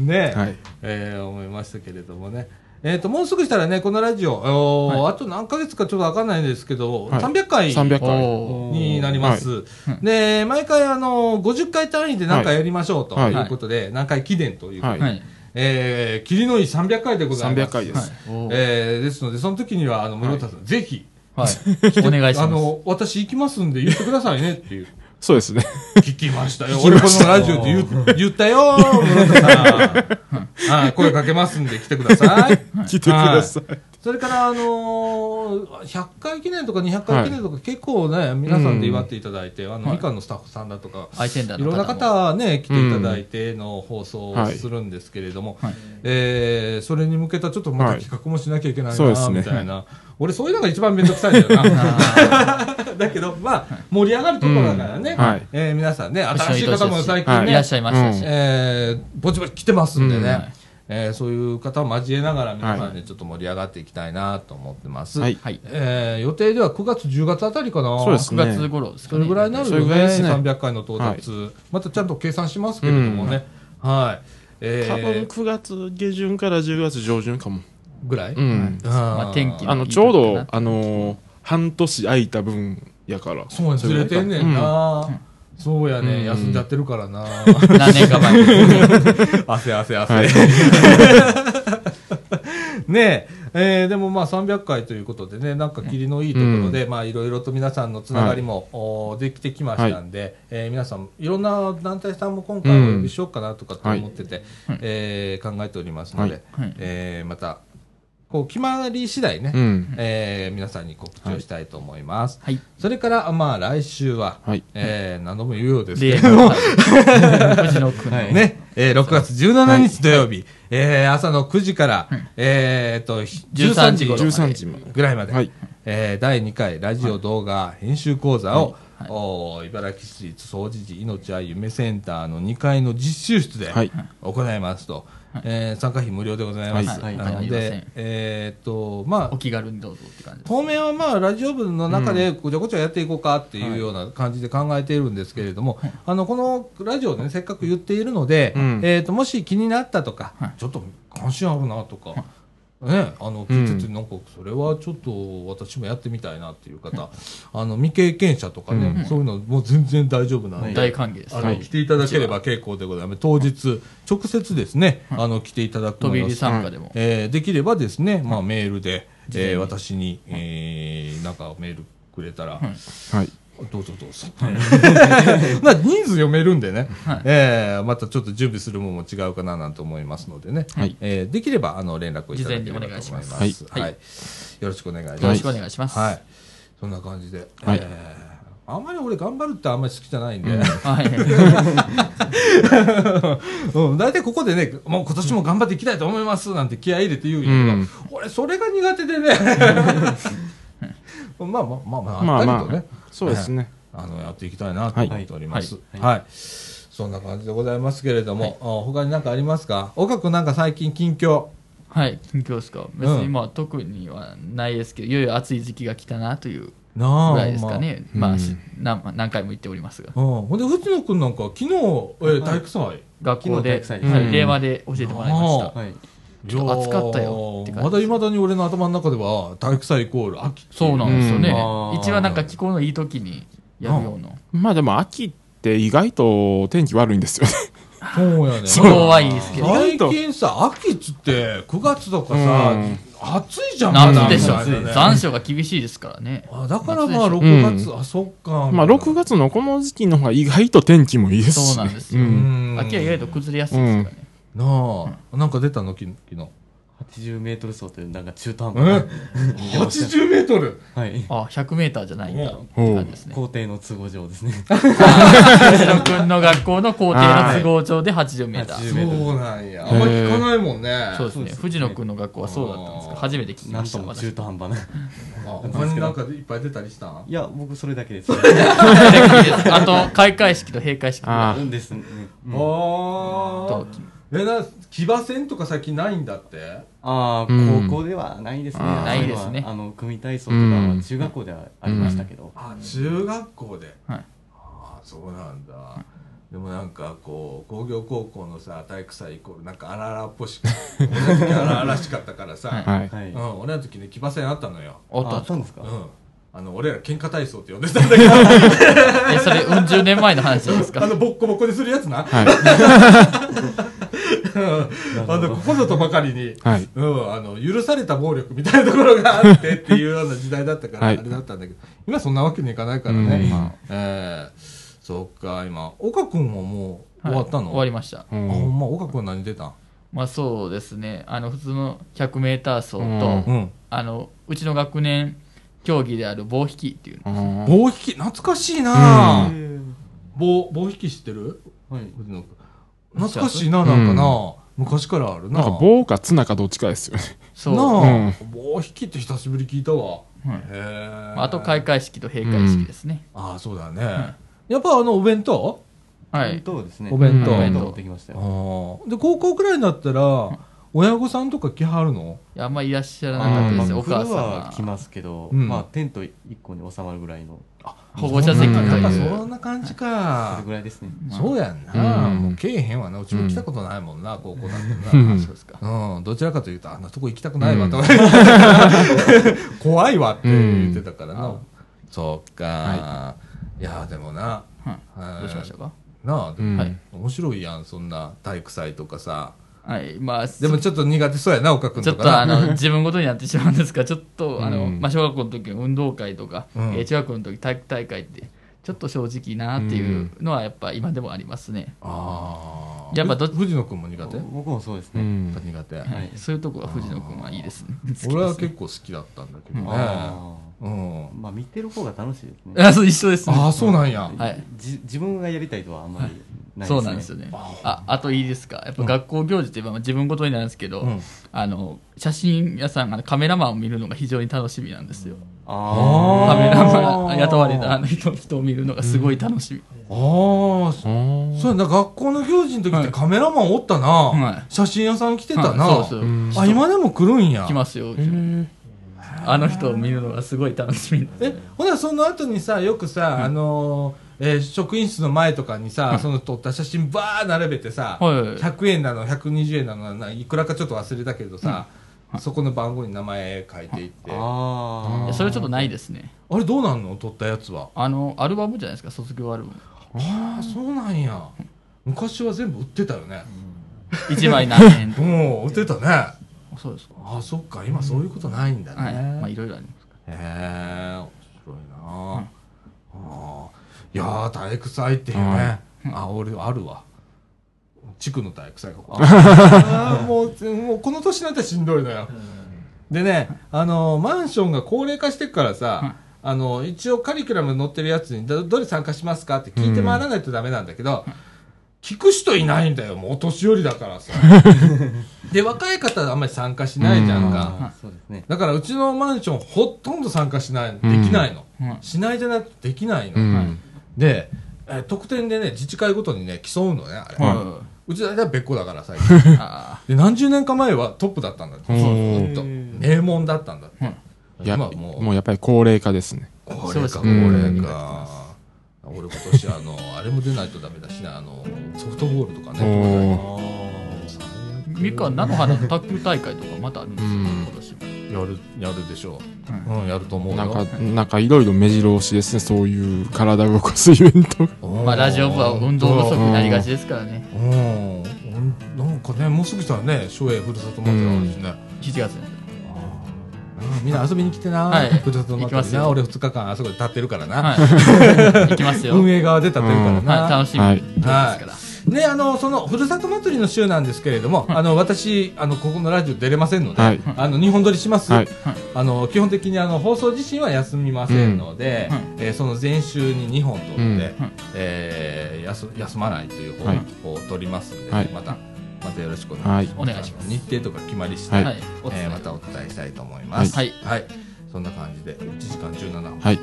S1: ねえ、
S4: はい
S1: えー思いましたけれどもね。えー、ともうすぐしたらね、このラジオ、おーあと何ヶ月かちょっと分かんないですけど、
S4: はい
S1: 300回
S4: 300
S3: おー
S1: になります。
S3: はい
S1: で、毎回、あの50回単位で何回やりましょうと
S4: はい
S1: いうことで、何回記念ということで、
S4: はい
S3: はい。
S1: えー、霧のいい300回でございます。
S4: 300回です
S3: はい。おー
S1: えーですので、その時には、あの、室田さん、ぜひ、
S3: はい。お願いし
S1: あ
S3: ます。
S1: の、私行きますんで言ってくださいねって いう。
S4: そうですね
S1: 聞きましたよ。俺このラジオで言う言ったよ、室田さん。あ声かけますんで来てくださ い。
S4: 来てください
S1: それから、あのー、100回記念とか200回記念とか、結構ね、皆さんで祝っていただいて、あの、
S3: はい
S1: みかんのスタッフさんだとか、
S3: アイセンター
S1: い
S3: の
S1: ろ
S3: 方
S1: んな
S3: も
S1: 方ね、来ていただいての放送をするんですけれども、
S3: はい
S1: えーそれに向けたちょっとま
S4: は
S1: た
S4: い
S1: 企画もしなきゃいけない
S4: そうです
S1: な、
S4: ね
S1: みたいな。俺、そういうのが一番めんどくさいんだよな。だけど、まあ、盛り上がるところだからね
S4: うんはい、
S1: えー皆さんね、新しい方も最近
S4: はい
S1: ね、
S3: いらっしゃいましたし。
S1: えーぼちぼち来てますんでね、
S3: うんはい
S1: えーそういう方を交えながら皆さん
S4: は
S1: でちょっと盛り上がっていきたいなと思ってます、
S4: はい
S3: はい。
S1: えー予定では9月10月あたりかな
S4: そうです
S3: 9月頃ですか
S1: そ
S3: ね。
S1: れぐらいになるよ
S4: それぐ
S1: ね
S4: らいですね
S1: 300回の到達、またちゃんと計算しますけれどもね、はいえ
S4: 多分
S1: ー、
S4: 9月下旬から10月上旬かも
S1: ぐらい、
S4: うん
S1: あー
S3: まあ天気の
S4: あのちょうどあのー半年空いた分やから
S1: そうやずれてんねんな、そうやね、
S4: うん
S1: 休んじゃってるからな
S3: 何年か前に。
S1: 汗汗汗、
S4: はい
S1: ねえ、えーでもまあ300回ということでね、なんか霧のいいところで、まあいろいろと皆さんのつながりも、おーできてきましたんで、えー皆さん、いろんな団体さんも今回お呼びしようかなとかって思ってて、えー考えておりますので、
S3: はい
S1: えーまた、こう決まり次第ね、
S4: うん
S1: えー皆さんに告知をしたいと思います。
S3: はい。
S1: それから、まあ来週は、
S4: はい
S1: えー何度も言うようですけ
S3: 例
S1: れども
S3: の、藤野くんの。
S1: ね、えー6月17日土曜日、えー朝の9時から、えーっと、13
S3: 13
S1: 時
S3: 時
S1: 頃
S3: 頃
S4: 13時まで
S1: ぐらいまで、
S4: はい
S1: えー第2回ラジオ動画編集講座を、
S3: はいはい
S1: おー茨城市立総知事命愛夢センターの2階の実習室で
S4: はい
S1: 行いますと、えー参加費無料でございます。
S2: はい
S1: なの
S3: はいはい
S1: で、えーっと、ま
S3: お
S1: あ、
S3: 気軽にどうぞって感じです。
S1: 当面はまあラジオ部の中でごちゃごちゃやっていこうかっていうような感じで考えているんですけれども、あのこのラジオで、ね、せっかく言っているので、
S4: うん
S1: えー、ともし気になったとか、
S3: はい
S1: ちょっと関心あるなとか、ね、あの聞いててなんかそれはちょっと私もやってみたいなっていう方、あの未経験者とかね、そういうのもう全然大丈夫なんで、
S3: 大歓迎です。
S1: あ
S3: は
S1: の
S3: い
S1: 来ていただければ結構でございます当日直接ですね、あの来ていただく
S3: 飛び
S1: の
S3: 入
S1: を
S3: り参加でも。
S1: えーできればですね、まあ、メールで、えー私に、えーなんかメールくれたら、
S4: はい
S1: どうぞどうぞ。まあ、人数読めるんでね、
S3: はい
S1: えーまたちょっと準備するもんも違うかななんて思いますのでね、
S4: はい
S1: えーできればあの連絡をいただければと思います。
S3: 事前にお
S4: 願いし
S1: は
S3: はいい
S1: よろしくお願いします。
S3: よろしくお願いします。
S1: はい。そんな感じで、
S4: はい
S1: えーあんまり俺頑張るってあんまり好きじゃないんで、
S3: はい。
S1: うん、大体ここでね、もう今年も頑張っていきたいと思いますなんて気合い入れて言うんやけど、俺、それが苦手で ね。まあまあまあまあ、
S4: まあ
S1: あったり
S4: ま
S1: とね、
S4: あそうですね
S1: あの、やっていきたいなと思っております。は。
S2: はいい
S1: そんな感じでございますけれども、あ他に何かありますか岡君なんか最近近況
S3: はい、近況ですか。別にまあ特にはないですけど、いよいよ暑い時期が来たなという
S1: なあ
S3: ぐらいですかね。
S4: ま
S3: まあ、
S4: あうん
S3: し何何回も言っておりますが。
S1: ほんまうん、ほんで藤野君なんか昨日、えー体育祭、
S3: 学校で、
S2: 昨
S3: は
S4: 日体育祭うん
S3: い、令和で教えてもらいまし
S1: あ
S3: た。
S2: はい。
S3: ちょっと暑かったよって感じ
S1: まだいまだに俺の頭の中では体育祭イコール秋
S3: そうなんですよね
S4: うん
S2: あ。ー
S3: 一番なんか気候のいい時にやるような。
S4: まあでも秋って意外と天気悪いんですよね。
S1: そうやね
S4: そう
S3: 気候はいいですけど。
S1: 最近さ秋っつって9月とかさ、
S4: うん
S1: 暑いじゃんまだ
S3: 夏でしょ
S1: みたいなね。
S3: 残暑が厳しいですからね。
S1: あだからまあ
S3: 夏
S4: でし
S1: 6
S4: ょ
S1: 月、あそっか
S4: まあ6月のこの時期の方が意外と天気もいいですし、
S3: そ
S4: ね。
S3: うなんですよ
S4: ん
S3: 秋は意外と崩れやすい
S4: うん
S3: ですからね。
S1: なあ、なんか出たの昨日昨日
S2: 80メートル走というなんか中途半
S1: え
S2: 端な。
S1: 80メートル
S2: はい。
S3: あ、100メーターじゃないんだって感じですね。
S2: 校庭の都合上ですね。
S3: 藤野くんの学校の校庭の都合上で80メーター。
S2: 80メートル
S1: そうなんやあんまり聞かないもんね
S3: そうです
S2: そう
S3: ね。
S2: ですね
S3: 藤野くんの学校はそうだったんですか
S1: あー
S3: 初めて聞き
S2: な
S3: ま
S2: ん
S3: した
S2: とも中
S3: 私。
S2: 途半端な。
S1: あ他になんかいっぱい出たりしたん
S2: いや、僕それだけです。
S3: あと、開会式と閉会式
S4: あ
S3: と
S2: うんですね。うん
S1: あーえな騎馬戦とか最近ないんだって
S2: ああ、
S4: うん
S2: 高校ではないですね。
S4: あ
S2: そううの
S3: な
S4: ー
S2: はい
S3: ですね
S2: あの、組体操とか
S4: うん
S2: は中学校ではありましたけど。
S1: あ中学校で、
S3: はい
S1: あそうなんだ、でもなんかこう工業高校のさ体育祭イコールなんか荒々っぽし俺の時荒々しかったからさ、
S3: はい
S4: はい。
S2: はい。
S1: う
S2: あ
S1: ん、俺の時ね騎馬戦あったのよ、
S3: おっ
S2: あ
S3: と
S2: ったんです
S1: う
S2: か
S1: ん、あの俺ら喧嘩体操って呼んでたんだけど
S3: え、それ、うん十年前の話です
S1: あ
S3: か
S1: のボッコボコにするやつな、
S4: はい。
S1: うんあのここぞとばかりに、
S4: はい。
S1: うん、あの許された暴力みたいなところがあってっていうような時代だったから、
S4: はい
S1: あれだったんだけど今そんなわけにいかないから
S4: うん
S1: ね、
S4: ま
S1: ええそっか今岡君ももう終わったの、
S3: はい終わりました。
S4: あう
S1: あ
S4: ん
S1: ほんま岡君何出たん
S3: まあそうですね。あの、普通の100メーター走
S4: うん
S3: と、
S1: うん
S3: あの、うちの学年競技である棒引きっていうの。
S4: うん
S1: 棒引き懐かしいな、
S4: う
S1: あ
S4: ん
S1: 棒棒引き知ってる
S2: はい。
S1: 藤野君懐かしいななんかな、
S4: う
S1: 昔からあるな
S4: なんか棒か綱かどっちかですよね。
S3: そう。
S1: なあ、棒引きって久しぶり聞いたわ、
S3: はい
S1: へえ
S3: まああと開会式と閉会式ですね。
S1: ああそうだね、やっぱあのお弁当
S3: は
S2: 弁
S3: い。
S2: 当ですね。
S1: お弁
S4: 当
S2: お弁当持ってきました
S1: ああ
S2: よ。
S1: で高校くらいになったら親御さんとか来はるの
S3: あんまいらっしゃらなかったですね、
S4: あ
S3: お母
S2: 袋は
S3: さ
S2: 来
S3: んが。
S2: ますけど、
S1: うん
S2: まあ、テント1個に収まるぐらいの、
S3: 保護者席と
S1: うんやっぱ
S3: い
S1: そ。
S3: うん
S1: な感じ
S2: そ
S1: か
S2: れぐらいですね。
S3: まあ
S1: そうやんな、
S4: うん
S1: もうけえへんわなうちも来たことないもんな、高校なんてな、
S4: う
S1: うん
S3: あそうですか。
S1: んどちらかというとあんなとこ行きたくないわ
S4: うん
S1: と、 怖いわって言ってたからな、
S3: うん
S1: そっか、、
S4: はい
S1: やでもな、
S3: はいどうしましたか
S1: なあ、
S4: うん
S3: はい
S1: 面白いやんそんな体育祭とかさ
S3: はい。まあ、
S1: でもちょっと苦手そうやな岡君
S3: ちょ
S1: と
S3: っ
S1: か
S3: とあ
S1: な
S3: の自分ごとになってしまうんですがちょっとあの、
S4: うん
S3: まあ、小学校の時の運動会とか、
S1: うん
S3: えー中学校の時体育大会ってちょっと正直なっていうのはやっぱ今でもありますね、
S1: あー
S3: やっぱど
S1: 藤野君も苦手、やっ
S2: 僕もそうです
S4: う
S2: ね。
S1: ぱ
S4: ん。
S1: 苦手、
S3: はいそういうとこは藤野君はいいですね
S1: 俺は
S3: 好きで
S1: 結構好きだったんだけどね、
S2: あ
S1: うん
S2: あ。まあ、見てる方が楽しいですね
S3: す。ねあそう一緒ですね
S1: ああそうなんや、
S3: はい
S2: じ自分がやりたいとはあんまりないですね。
S3: そうなんですよねああといいですかやっぱ学校行事ってまあ自分ごとになるんですけど、
S1: うん
S3: あの写真屋さんあのカメラマンを見るのが非常に楽しみなんですよ
S2: あ
S3: カメラ
S1: あ
S3: マ
S1: ー
S3: ン雇われたあの人人を見るのがすごい楽しみ、
S1: ああそそうやな学校の行事の時っ
S3: は
S1: て
S3: い
S1: カメラマンおったな、
S3: はい
S1: 写真屋さん来てたな、
S3: はいそうそう
S4: うん
S1: あ今でも来るんや
S3: 来ますよ、うちも
S4: え
S3: あの人を見るのがすごい楽しみ
S1: えほなその後にさよくさ、あのーえー職員室の前とかにさ、その撮った写真ばー並べてさ、
S3: はいはいはい
S1: 100円なの120円なのないくらかちょっと忘れたけどさ、そこの番号に名前書いていって、
S2: あ。あ
S3: いや
S2: あ。
S3: それちょっとないですね
S1: あれどうなんの撮ったやつは
S3: あのアルバムじゃないですか卒業アル バム
S1: ああそうなんや昔は全部売ってたよね
S3: 1枚何円と
S1: う
S3: か
S1: ん売ってたねあ
S3: そうです
S1: あそっか今そういうことないんだね、
S3: はいまあいろいろあります
S1: へえ面白いなあ、あーいやー体育祭っていうね、あ俺あるわ地区の体育祭 がああーもうもうこの年になったらしんどいのよ、でねあのマンションが高齢化してくからさ、あの一応カリキュラムに載ってるやつにどどれ参加しますかって聞いて回らないとダメなんだけど、聞く人いないんだよもうお年寄りだから さで若い方はあんまり参加しないじゃんか、
S2: あーそうですね。
S1: だからうちのマンションほとんど参加しない、できないの、
S3: うん
S1: しないじゃなくてできないの、
S4: うん。
S1: で、えー得点でね自治会ごとにね競うのねあれ、
S3: は
S1: うちだけは別個だから最 近
S3: あ
S1: で何十年か前はトップだったんだって
S4: うん
S1: ずっと名門だったんだって、
S4: いや
S1: 今はもう
S4: もうやっぱり高齢化ですね。
S1: こ
S3: そう
S1: れ
S3: です
S1: か、
S3: ね
S1: こ
S4: うん
S1: れか。俺今年あの、あれも出ないとダメだしな、あの、ソフトボールとかね。
S4: お
S3: あみかん菜の花の卓球大会とかまたあるんですよ、
S4: うん
S3: 今年も
S1: やる、やるでしょう。
S3: うん
S1: うん、やると思うよ。
S4: なんか、なんかいろいろ目白押しですね、そういう体動かすイベントが。
S1: うん
S3: まあラジオ部は運動不足になりがちですからね
S1: うん、うんなんかね、もうすぐ来たらね、松栄ふるさと祭りあるしね。
S3: 7月に
S1: うんみんな遊びに来てな、
S3: はい
S1: ふるさと
S3: 行き
S1: 祭
S3: ま
S1: り
S3: す
S1: な。
S3: よ
S1: 俺2日間あそこで立ってるからな。
S3: はい行きますよ、
S1: 運営側で立ってるからな。
S3: はい、楽しみ
S4: はい
S3: ですから、
S1: ね、あの、その、ふるさと祭りの週なんですけれども、あの、私、あの、ここのラジオ出れませんので、
S4: はい
S1: あの、日本撮りします。
S4: はい
S1: あの、基本的にあの、放送自身は休みませんので、
S3: うん
S1: えーその前週に2本撮って、
S4: うん
S1: えー休、休まないという方
S4: はい
S1: を撮りますので、
S4: はい
S1: また、またよろしくお願いします。
S3: はいお願いします
S1: 日程とか決まりして、
S4: は
S3: はいい、
S1: えーまたお伝えしたいと思います。
S3: はい
S1: そんな感じで、1時間17分。
S4: はい。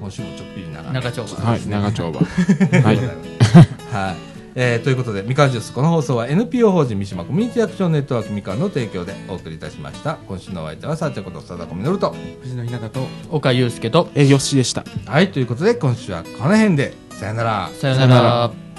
S1: 今週もちょっぴり長い。
S3: 長丁場
S4: はい。長丁場。はい。
S1: はい。えーということで、みかんジュース、この放送は NPO 法人三島コミュニティアクションネットワークみかんの提供でお送りいたしました。今週のお相手は、さあちゃんこと、さだこみのると。
S2: 藤野ひなたと
S3: 岡祐介と
S4: え、よしでした。
S1: はい、ということで、今週はこの辺で、さよなら。
S3: さよな
S4: さよ
S3: ら
S4: なら